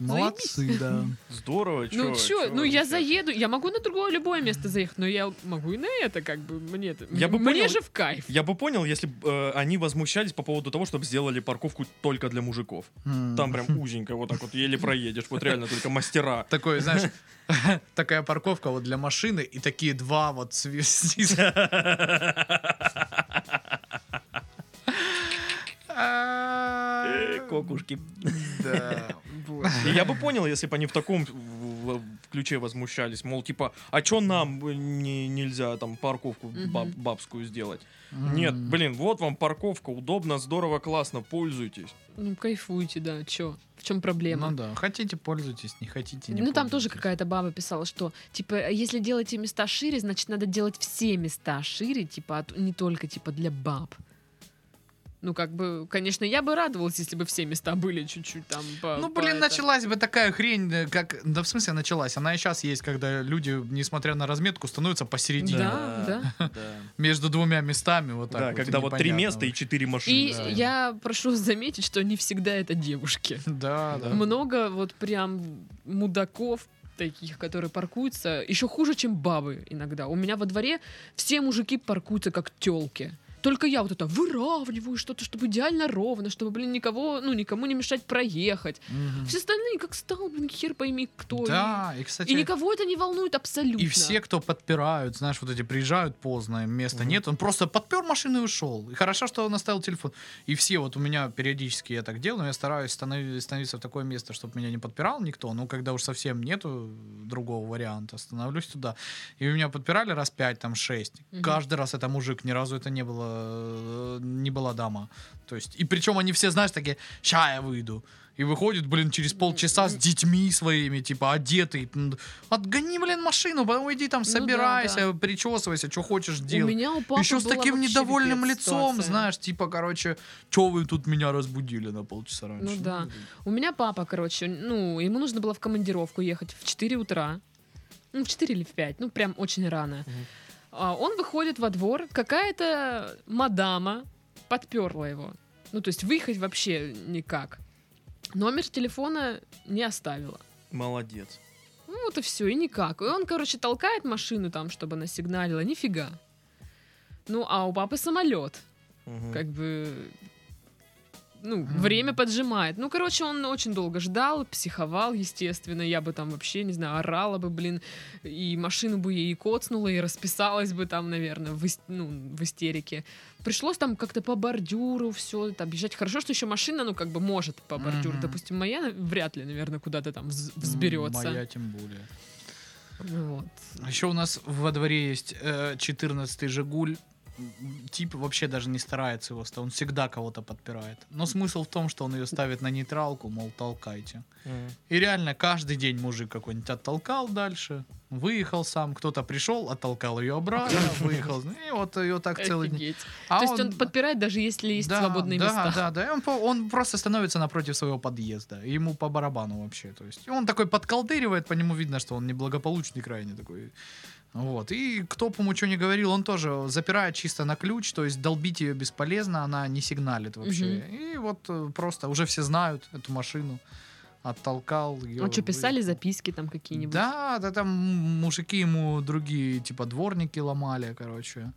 A: Молодцы, да.
B: Здорово, чё,
C: ну чё,
B: чё
C: ну
B: вообще?
C: я заеду, я могу на другое любое место заехать, но я могу и на это, как бы, мне это,
B: Я бы
C: мне
B: понял.
C: же в кайф.
B: Я бы понял, если бы э, они возмущались по поводу того, чтобы сделали парковку только для мужиков.
A: М.
B: Там прям узенько, вот так вот еле проедешь. Вот реально только мастера.
A: Такой, знаешь, такая парковка вот для машины и такие два вот сви- снизу.
B: Э, Кокушки.
A: А, Да.
B: И я бы понял, если бы они в таком в- в- в ключе возмущались. Мол, типа, а чё нам э, не- нельзя там парковку
C: Мгм.
B: баб- бабскую сделать? Нет, блин, вот вам парковка, удобно, здорово, классно, пользуйтесь.
C: Ну, кайфуйте, да, чё, в чем проблема?
A: Ну да, хотите пользуйтесь, не хотите не
C: ну, там тоже
A: пользуйтесь.
C: какая-то баба писала, что, типа, если делаете места шире, значит, надо делать все места шире, типа, а то- не только, типа, для баб. Ну, как бы, конечно, я бы радовалась, если бы все места были чуть-чуть там
B: А,
C: по-
A: Ну,
C: по
A: блин,
C: это.
A: началась бы такая хрень, э, как... Да, в смысле началась? Она и сейчас есть, когда люди, несмотря на разметку, становятся посередине.
C: Да, да.
B: Да,
A: Между двумя местами вот так
B: Да,
A: вот,
B: когда
A: и
B: вот три
A: непонятно
B: места и четыре
C: И
B: машины.
A: Да.
C: я прошу заметить, что не всегда это девушки.
A: вообще. Да, да.
C: Много вот прям мудаков таких, которые паркуются, еще хуже, чем бабы иногда. У меня во дворе все мужики паркуются как телки. Только я вот это выравниваю что-то, чтобы идеально ровно, чтобы, блин, никого, ну, никому не мешать проехать.
A: Мгм.
C: Все остальные как стал, блин, хер пойми кто.
A: Да, и,
C: И-
A: кстати,
C: И никого это не волнует абсолютно.
A: и все, кто подпирают, знаешь, вот эти приезжают поздно, места
B: Мгм.
A: нет, он просто подпер машину и ушел. И хорошо, что он оставил телефон. И все, вот у меня периодически я так делаю, но я стараюсь станови- становиться в такое место, чтобы меня не подпирал никто, но когда уж совсем нету другого варианта, становлюсь туда. И меня подпирали раз пять, там шесть.
C: Мгм.
A: Каждый раз это мужик, ни разу это не было, э, не была дама. То есть, и причем они все, знаешь, такие, ща я выйду. И выходит, блин, через полчаса с детьми своими, типа, одетый. М, Отгони, блин, машину, потом иди там,
C: Ну да,
A: собирайся, причесывайся, что хочешь
C: У
A: делай.
C: меня у папы
A: Еще с
C: была
A: таким
C: вообще
A: недовольным
C: пипец
A: лицом,
C: ситуация.
A: знаешь, типа, короче, что вы тут меня разбудили на полчаса раньше?
C: Ну да. У меня папа, короче, ну, ему нужно было в командировку ехать в 4 утра. Ну, в 4 или в 5, ну, прям очень рано.
B: Мгм.
C: А, он выходит во двор, какая-то мадама подперла его. Ну, то есть выехать вообще никак. Номер телефона не оставила.
B: Молодец.
C: Ну, вот и все, и никак. И он, короче, толкает машину там, чтобы она сигналила. Нифига. Ну, а у папы самолет
B: Мгм.
C: как бы ну,
A: Мгм.
C: время поджимает. Ну, короче, он очень долго ждал, психовал, естественно. Я бы там вообще, не знаю, орала бы, блин, и машину бы ей коцнула, и расписалась бы там, наверное, в, ис- ну, в истерике. Пришлось там как-то по бордюру все, там бежать. Хорошо, что еще машина, ну, как бы может по бордюру.
A: Мгм.
C: Допустим, моя на- вряд ли, наверное, куда-то там вз-
A: М,
C: взберется.
A: Моя тем более.
C: Вот.
A: Еще у нас во дворе есть э, 14-й Жигуль. М, Тип вообще даже не старается его ста- он всегда кого-то подпирает. Но смысл в том, что он ее ставит на нейтралку, мол, толкайте.
B: Мгм.
A: И реально каждый день мужик какой-нибудь оттолкал дальше, выехал сам, кто-то пришел, оттолкал ее обратно, выехал. И вот ее так целый день.
C: Офигеть.
A: А
C: То есть он... подпирает, даже если есть
A: да,
C: свободные
A: да,
C: места.
A: Да, да, и он, по- он просто становится напротив своего подъезда. и Ему по барабану вообще. То есть он такой подколдыривает, по нему видно, что он неблагополучный крайне такой. Вот. И кто бы ему что не говорил, он тоже запирает чисто на ключ, то есть долбить ее бесполезно, она не сигналит вообще. И вот э, просто уже все знают эту машину. Оттолкал ее.
C: А что, писали записки там какие-нибудь?
A: Да, да, там мужики ему другие, типа, дворники ломали, короче.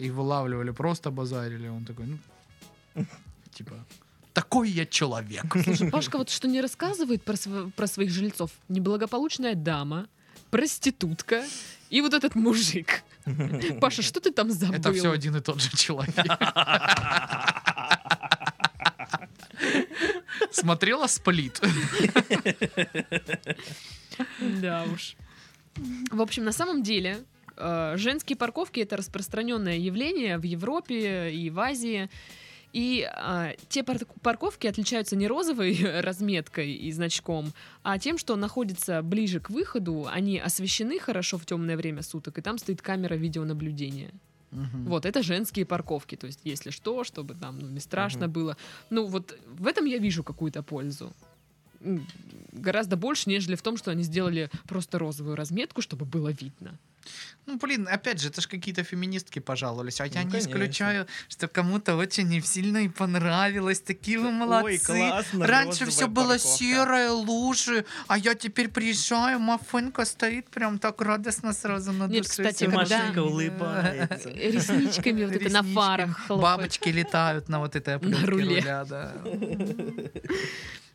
A: И вылавливали, просто базарили. Он такой, ну, типа, такой я человек.
C: Слушай, Пашка вот что не рассказывает про, св- про своих жильцов. Неблагополучная дама, проститутка и вот этот мужик. Паша, что ты там забыл?
A: Это все один и тот же человек. Смотрела сплит.
C: Да уж. В общем, на самом деле, э, женские парковки — это распространенное явление в Европе и в Азии. И а, те пар- парковки отличаются не розовой разметкой и значком, а тем, что находится ближе к выходу, они освещены хорошо в темное время суток, и там стоит камера видеонаблюдения. Вот, это женские парковки. То есть, если что, чтобы там ну, не страшно
B: Мгм.
C: было. Ну, вот в этом я вижу какую-то пользу. М, Гораздо больше, нежели в том, что они сделали просто розовую разметку, чтобы было видно.
A: Ну, блин, опять же, это ж какие-то феминистки пожаловались. А я
B: Ну,
A: не
B: конечно.
A: исключаю, что кому-то очень и сильно и понравилось. Такие вы
B: Ой,
A: молодцы.
B: классно,
A: Раньше
B: розовая
A: все было
B: парковка.
A: серое, лужи, а я теперь приезжаю, мафынка стоит прям так радостно сразу на
C: Нет,
A: душе. всё
C: кстати, когда- э,
A: машинка
B: улыбается.
C: Ресничками вот это на
A: Ресничками.
C: фарах хлопать.
A: Бабочки летают на вот этой оплётке
C: руле.
A: руля, да.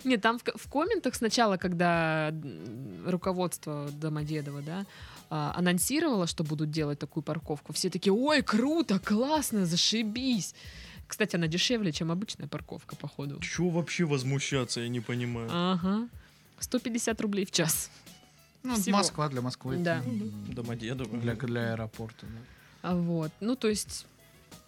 C: Нет, там в, к- в комментах сначала, когда м, руководство Домодедова, да, а, анонсировало, что будут делать такую парковку, все такие, ой, круто, классно, зашибись. Кстати, она дешевле, чем обычная парковка, походу.
B: Чё вообще возмущаться, я не понимаю.
C: А. Ага. 150 рублей в час.
A: Ну,
C: Всего.
A: Москва для Москвы. это,
C: Да.
A: м,
B: Домодедово.
A: Для, для аэропорта. да.
C: А Вот. Ну, то есть,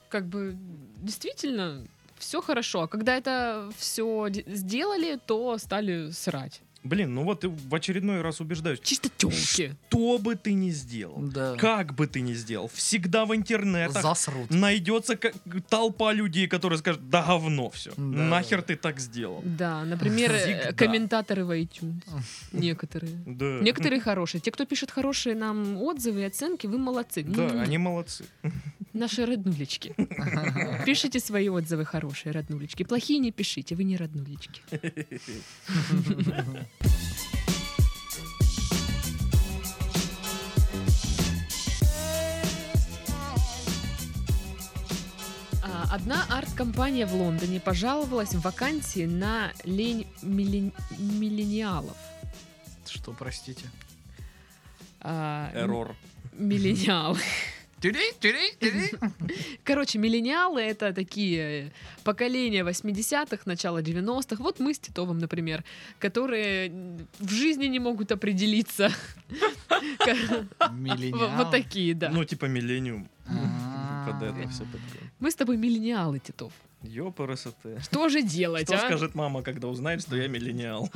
C: как бы, действительно, все хорошо. А когда это все сделали, то стали срать.
B: Блин, ну вот ты в очередной раз убеждаюсь.
C: Чисто тёлки.
B: Что бы ты ни сделал, как бы ты ни сделал, всегда в интернетах
A: Засрут.
B: найдется ка- толпа людей, которые скажут, да говно все,
A: Да.
B: нахер ты так сделал.
C: Да, например, э,
B: Всегда.
C: комментаторы в iTunes. Некоторые.
B: Да.
C: Некоторые хорошие. Те, кто пишет хорошие нам отзывы и оценки, вы молодцы. М-м-м. М,
B: Да, они молодцы.
C: Наши роднулечки. Пишите свои отзывы хорошие, роднулечки. Плохие не пишите, вы не роднулечки. А Одна арт-компания в Лондоне пожаловалась в вакансии на лень миллен- миллениалов.
A: Что, простите?
C: А, м-
B: Эррор.
C: Миллениалы.
A: Тюри, тюри, тюри.
C: Короче, миллениалы — это такие поколения 80-х, начала 90-х. Вот мы с Титовым, например, которые в жизни не могут определиться. Кор-
A: Миллениал.
C: Вот такие, да.
B: Ну, типа миллениум.
A: А.
B: Под это все подгон.
C: Мы с тобой миллениалы, Титов.
B: Ёпарасоте.
C: Что же делать,
B: Что
C: а?
B: скажет мама, когда узнает, что я миллениал?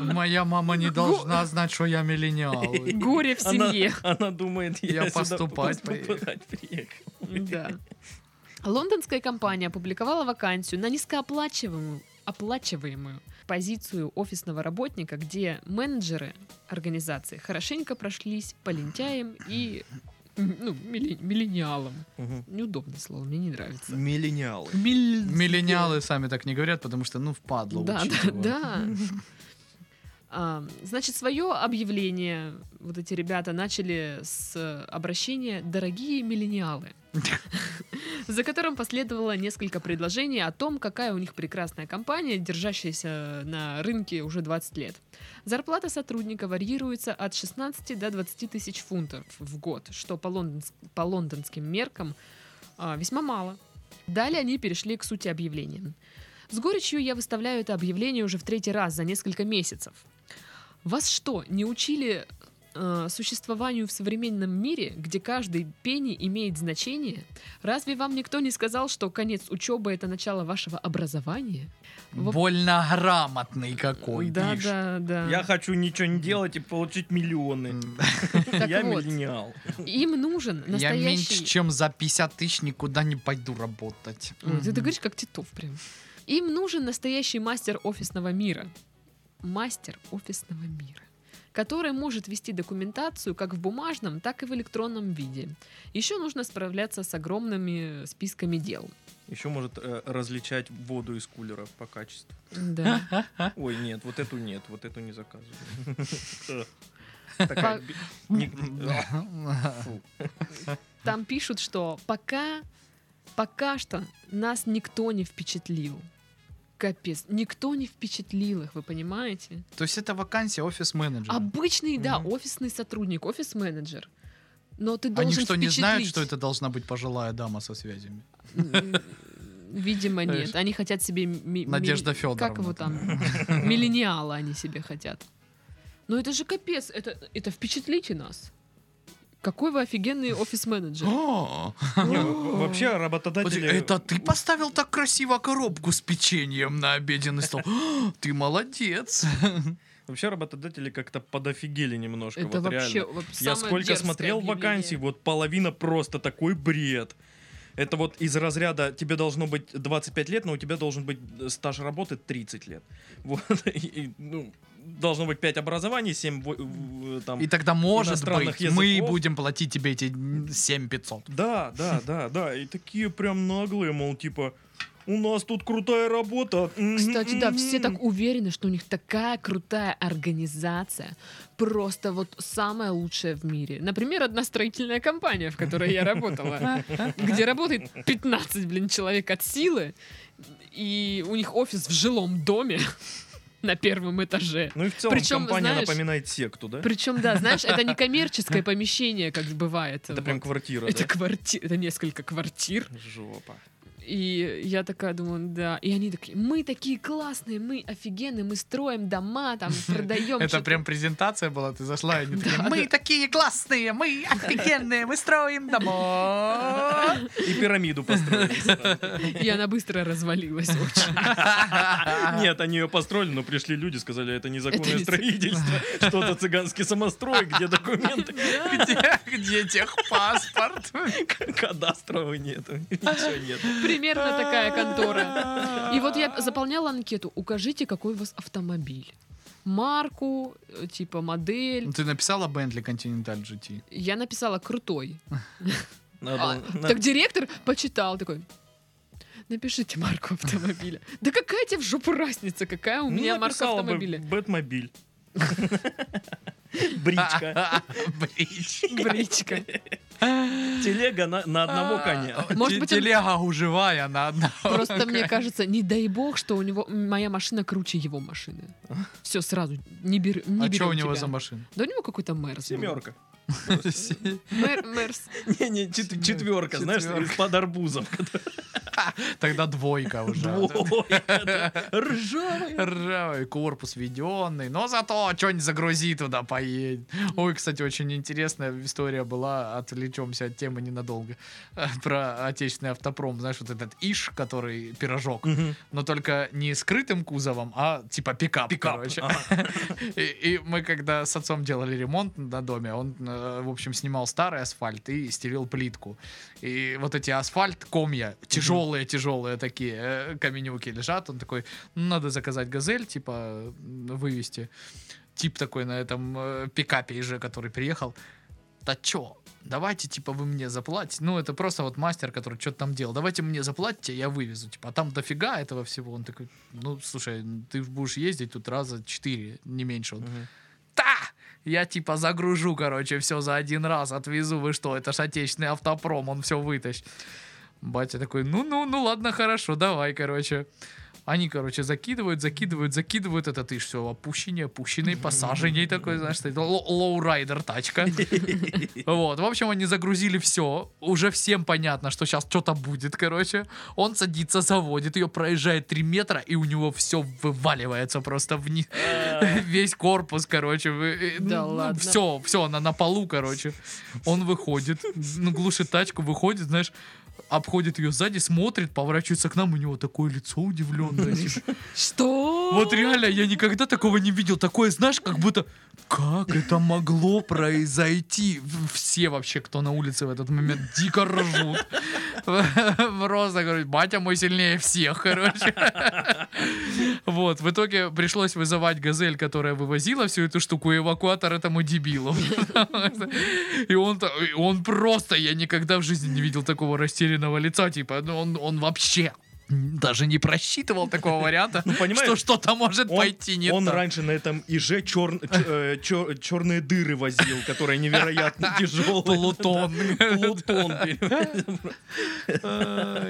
A: Моя мама
C: Ну,
A: не должна знать, что я миллениал.
C: Горе в
B: Она-
C: семье.
B: Она думает, я,
A: Я
B: сюда
A: поступать
B: поступать приехал.
C: Да. Лондонская компания опубликовала вакансию на низкооплачиваемую оплачиваемую позицию офисного работника, где менеджеры организации хорошенько прошлись по лентяям и м, ну, милли- миллениалам.
B: Мгм.
C: Неудобное слово, мне не нравится.
B: Миллениалы.
A: Миллениалы сами так не говорят, потому что, ну, впадло
C: Да,
A: учить
C: да,
A: его.
C: да. А, значит, свое объявление вот эти ребята начали с э, обращения «Дорогие миллениалы», за которым последовало несколько предложений о том, какая у них прекрасная компания, держащаяся на рынке уже 20 лет. Зарплата сотрудника варьируется от 16 до 20 тысяч фунтов в год, что по, лондонс- по лондонским меркам а, весьма мало. Далее они перешли к сути объявления. С горечью я выставляю это объявление уже в третий раз за несколько месяцев. Вас что, не учили э, существованию в современном мире, где каждый пенни имеет значение? Разве вам никто не сказал, что конец учебы это начало вашего образования? Во-
A: Больно грамотный какой,
C: да,
A: пишет.
C: да, да.
B: Я хочу ничего не делать и получить миллионы.
A: М,
C: Так
B: Я
C: вот,
B: миллениал.
C: им нужен
A: Я меньше,
C: настоящий.
A: чем за 50 тысяч никуда не пойду работать.
C: Ой, Ты ты
A: Мгм.
C: говоришь как Титов прям. Им нужен настоящий мастер офисного мира. Мастер офисного мира который может вести документацию как в бумажном, так и в электронном виде. Еще нужно справляться с огромными списками дел.
B: Еще может э, различать воду из кулера по качеству.
C: Да.
A: А?
B: Ой, нет, вот эту нет, вот эту не заказываю.
C: По-
B: Такая би- не- а, Фу.
C: Там пишут, что пока, пока что нас никто не впечатлил. Капец, никто не впечатлил их, вы понимаете?
A: То есть это вакансия офис-менеджера.
C: Обычный, да,
B: Мгм.
C: офисный сотрудник, офис-менеджер. Но ты должен
A: Они что, не знают, что
C: впечатлить.
A: это должна быть пожилая дама со связями?
C: М, Видимо, нет.
A: Знаешь,
C: они хотят себе... ми- ми-
A: Надежда Федоровна.
C: Как его там? Миллениала они себе хотят. Но это же капец. Это, это впечатлите нас. Какой вы офигенный офис-менеджер.
A: О,
B: Не, в- Вообще
A: подожди,
B: работодатели...
A: это ты поставил так красиво коробку с печеньем на обеденный стол. О, Ты молодец.
B: Вообще работодатели как-то подофигели немножко.
C: Это
B: вот
C: вообще
B: реально.
C: вот
B: Я
C: самое
B: сколько
C: дерзкое
B: смотрел
C: объявление.
B: вакансий, вот половина просто такой бред. Это вот из разряда тебе должно быть 25 лет, но у тебя должен быть э, стаж работы 30 лет. Вот, и- и, ну, должно быть 5 образований, 7 там.
A: И тогда, может
B: иностранных
A: быть, мы
B: языков.
A: будем платить тебе эти 7500.
B: Да, да, да, да. И такие прям наглые, мол, типа, у нас тут крутая работа. М,
C: Кстати,
B: м,
C: да,
B: м».
C: все так уверены, что у них такая крутая организация. Просто вот самая лучшая в мире. Например, одна строительная компания, в которой я работала, где работает 15, блин, человек от силы, и у них офис в жилом доме на первом этаже.
B: Ну и в целом
C: Причём,
B: компания
C: знаешь,
B: напоминает секту, да?
C: Причем, да, знаешь, это не коммерческое помещение, как бывает.
B: Это прям
C: Вот.
B: квартира,
C: это
B: да?
C: квартира, это несколько квартир.
B: Жопа.
C: И я такая думаю, да. И они такие, мы такие классные, мы офигенные, мы строим дома, там, продаем.
A: Это
C: что-то».
A: прям презентация была, ты зашла и они такие,
C: Да,
A: мы
C: да.
A: такие классные, мы офигенные, мы строим дома.
B: И пирамиду построили.
C: И она быстро развалилась очень.
B: Нет, они ее построили, но пришли люди, сказали, это
C: Это
B: незаконное
C: не
B: строительство. Что-то цыганский самострой, где документы,
A: Где, где техпаспорт?
B: кадастрового нету, ничего нет.
C: Примерно такая контора. И вот я заполняла анкету. Укажите, какой у вас автомобиль. Марку, э, типа модель.
A: Ну, Ты написала Bentley Continental GT?
C: Я написала крутой.
B: Надо-
C: А,
B: надо-
C: Так директор почитал такой. Напишите марку автомобиля. Да какая тебе в жопу разница, какая у
B: Ну,
C: меня марка
B: написала бы
C: автомобиля?
B: Бэтмобиль. Бричка.
A: А, Брич.
C: Бричка.
B: Телега на, на одного коня.
C: Может
A: Те-
C: быть, он-
A: Телега уживая на одного.
C: Просто мне кажется, не дай бог, что у него моя машина круче его машины. Все сразу не бер, не
A: А
C: берем
A: что у него
C: тебя.
A: за машина?
C: Да у него какой-то мэрс. был.
B: Семерка.
C: Мэр, мэрс.
B: Не-не, чет- четверка, знаешь,
A: Четверка.
B: из-под арбузов.
A: Тогда двойка уже.
B: Двое. Ржавая.
A: Ржавый корпус введенный, но зато что-нибудь загрузи туда, поедет. Ой, кстати, очень интересная история была, отвлечемся от темы ненадолго, Э, про отечественный автопром. Знаешь, вот этот иш, который пирожок,
B: Мгм.
A: но только не скрытым кузовом, а типа пикап,
B: Пикап.
A: короче.
B: Ага.
A: И, и мы когда с отцом делали ремонт на доме, он, э, в общем, снимал старый асфальт и стелил плитку. И вот эти асфальт, комья, тяжелые, тяжелые такие э, каменюки лежат. Он такой, «Ну, надо заказать газель, типа, м, вывести. Тип такой на этом э, пикапе же, который приехал. Да чё? Давайте, типа, вы мне заплатите. Ну, это просто вот мастер, который что-то там делал. Давайте мне заплатите, я вывезу. Типа, а там дофига этого всего. Он такой, ну, слушай, ты будешь ездить тут раза четыре, не меньше. Он,
B: Мгм.
A: та! Я типа загружу, короче, все за один раз, отвезу, вы что, это ж отечественный автопром, он все вытащит. Батя такой, ну-ну, ну ладно, хорошо, давай, короче. Они, короче, закидывают, закидывают, закидывают. Это ты все опущенный, опущенный, посаженный такой, знаешь, стоит. Ло- лоурайдер тачка. Вот, в общем, они загрузили все. Уже всем понятно, что сейчас что-то будет, короче. Он садится, заводит ее, проезжает 3 метра, и у него все вываливается просто вниз. Весь корпус, короче. э, ну,
C: Да ладно.
A: Все, все, она на полу, короче. Он выходит, ну, глушит тачку, выходит, знаешь, обходит ее сзади, смотрит, поворачивается к нам, у него такое лицо типа, удивленное.
C: Что?
A: Вот реально, я никогда такого не видел. Такое, знаешь, как будто... Как это могло произойти? В- Все вообще, кто на улице в этот момент, дико ржут. Просто, говорю, батя мой сильнее всех, короче. Вот, в итоге пришлось вызывать газель, которая вывозила всю эту штуку, и эвакуатор этому дебилу. И он, та- и он просто, я никогда в жизни не видел такого растерянного лица, типа, ну, он, он вообще даже не просчитывал такого варианта,
B: Ну, понимаешь,
A: что что-то может
B: Он-
A: пойти не
B: Он
A: так.
B: раньше на этом иже черные э, дыры возил, которые невероятно тяжелые.
A: Плутон.
B: Плутон. блин.
A: Ай,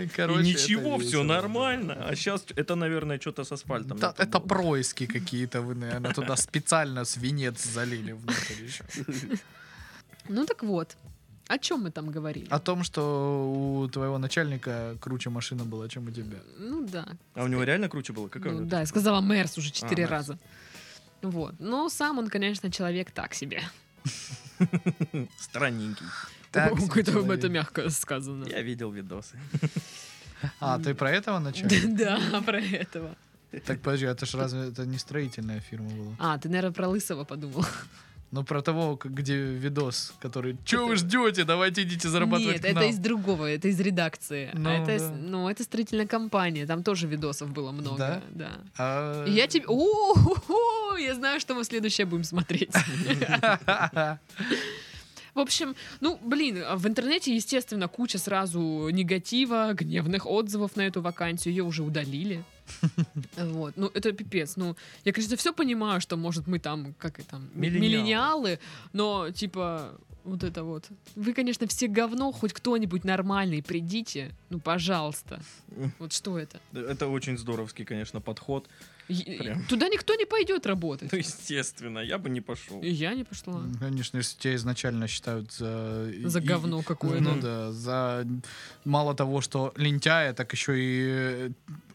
B: И
A: короче,
B: ничего,
A: это
B: все
A: весело.
B: нормально. А сейчас это, наверное, что-то с асфальтом.
A: Да, это происки какие-то вы, наверное, туда специально свинец залили внутрь еще.
C: Ну так вот. О чем мы там говорили?
A: О том, что у твоего начальника круче машина была, чем у тебя.
C: Ну да.
B: А у него реально круче было? Какая у
C: Ну
B: него?
C: да, я сказала Мерс уже
A: А,
C: четыре
B: Мерс.
C: раза. Вот. Но сам он, конечно, человек так себе.
B: Странненький.
A: Так
C: О,
A: себе
C: какой-то
A: человек.
C: это мягко сказано.
B: Я видел видосы.
A: А, ты про этого начальника?
C: Да, про этого.
A: Так подожди, это ж разве это не строительная фирма была?
C: А, ты, наверное, про Лысого подумал.
A: Ну, про того, к- где видос, который «Чё вы ждете? Давайте идите зарабатывать
C: Нет,
A: к
C: это
A: нам».
C: из другого, это из редакции.
A: Ну,
C: а это, из-
A: да.
C: ну, это строительная компания, там тоже видосов было много. Да.
A: А,
C: И Я тебе... о я знаю, что мы следующее будем смотреть. В общем, ну, блин, в интернете, естественно, куча сразу негатива, гневных отзывов на эту вакансию. Ее уже удалили. Вот. Ну, это пипец. Ну, я, конечно, все понимаю, что, может, мы там, как и там,
B: Миллениалы.
C: миллениалы, но, типа, вот это вот. Вы, конечно, все говно, хоть кто-нибудь нормальный, придите. Ну, пожалуйста. Вот что это?
B: Это очень здоровский, конечно, подход.
C: Е-
B: Прям.
C: Туда никто не пойдет работать.
B: Ну, естественно, я бы не пошел.
C: И я не пошла.
A: Конечно, если тебя изначально считают за...
C: За
A: и-
C: говно какое-то.
A: Ну да, за... Мало того, что лентяя, так еще и э,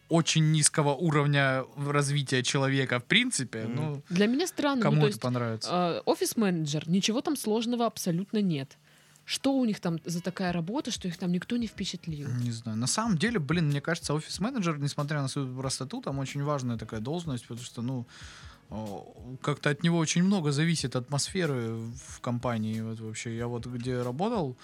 A: очень низкого уровня в- развития человека в принципе.
B: Мгм.
A: Ну,
C: Для меня странно. ну,
A: кому
C: то
A: это
C: есть,
A: понравится?
C: Э, Офис-менеджер, ничего там сложного абсолютно нет. Что у них там за такая работа, что их там никто не впечатлил?
A: Не знаю. На самом деле, блин, мне кажется, офис-менеджер, несмотря на свою простоту, там очень важная такая должность, потому что, ну, о, как-то от него очень много зависит атмосферы в компании. Вот вообще, я вот где работал,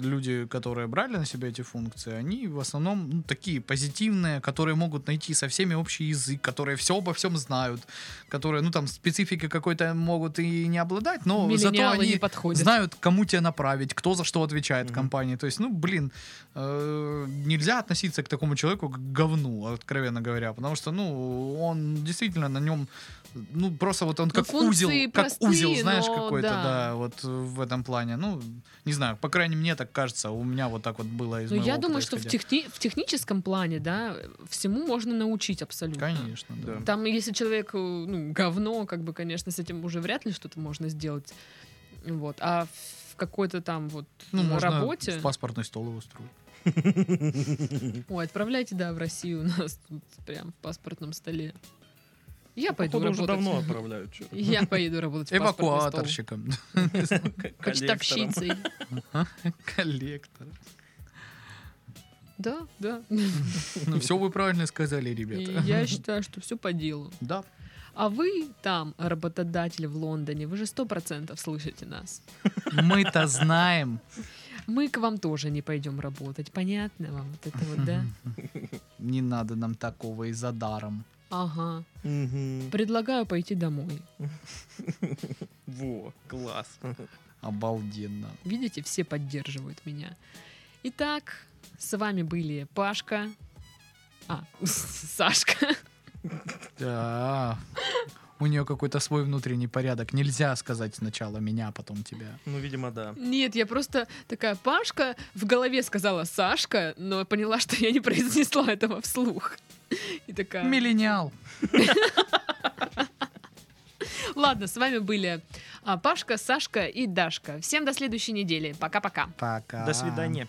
A: люди, которые брали на себя эти функции, они в основном ну, такие позитивные, которые могут найти со всеми общий язык, которые все обо всем знают, которые, ну, там, специфики какой-то могут и не обладать, но ну, зато
C: Миллениалы
A: они
C: не подходят.
A: знают, кому тебя направить, кто за что отвечает в
B: Мгм.
A: компании. То есть, ну, блин, э, нельзя относиться к такому человеку как к говну, откровенно говоря, потому что, ну, он действительно на нем, ну, просто вот он как
C: функции
A: узел, как
C: простые,
A: узел, знаешь,
C: но
A: какой-то,
C: да.
A: да, вот э, в этом плане. Ну, не знаю, по крайней мере, мне так кажется, у меня вот так вот было из
C: Ну,
A: моего
C: я
A: опыта
C: думаю, что в,
A: исходя.
C: техни- в техническом плане, да, всему можно научить абсолютно.
A: Конечно, да.
B: Да.
C: Там, если человек э, ну, говно, как бы, конечно, с этим уже вряд ли что-то можно сделать. Вот. А в какой-то там вот
A: Ну,
C: на
A: можно
C: работе...
A: в паспортный стол его устроить.
C: Ой, отправляйте, да, в Россию у нас тут прям в паспортном столе. Я
A: Ну,
C: пойду
B: Походу, уже
C: работать.
B: давно отправляют. чё.
C: Я поеду работать в паспортный стол.
A: Эвакуаторщиком.
B: Коллектором.
C: Почтовщицей.
A: Коллектор.
C: Да, да.
A: Ну, все вы правильно сказали,
C: И
A: ребята.
C: Я считаю, что все по делу.
A: Да.
C: А вы там, работодатель в Лондоне, вы же сто процентов слышите нас.
A: Мы-то знаем.
C: Мы к вам тоже не пойдем работать, понятно вам вот это вот, да?
A: Не надо нам такого и за даром.
C: Ага.
B: Мгм.
C: Предлагаю пойти домой.
B: Во, класс.
A: Обалденно.
C: Видите, все поддерживают меня. Итак, с вами были Пашка. А, Сашка.
A: Да. У нее какой-то свой внутренний порядок. Нельзя сказать сначала меня, а потом тебя.
B: Ну, видимо, да.
C: Нет, я просто такая Пашка в голове сказала Сашка, но поняла, что я не произнесла этого вслух. И такая.
A: Миллениал.
C: Ладно, с вами были а, Пашка, Сашка и Дашка. Всем до следующей недели. Пока-пока.
A: Пока.
B: До свидания.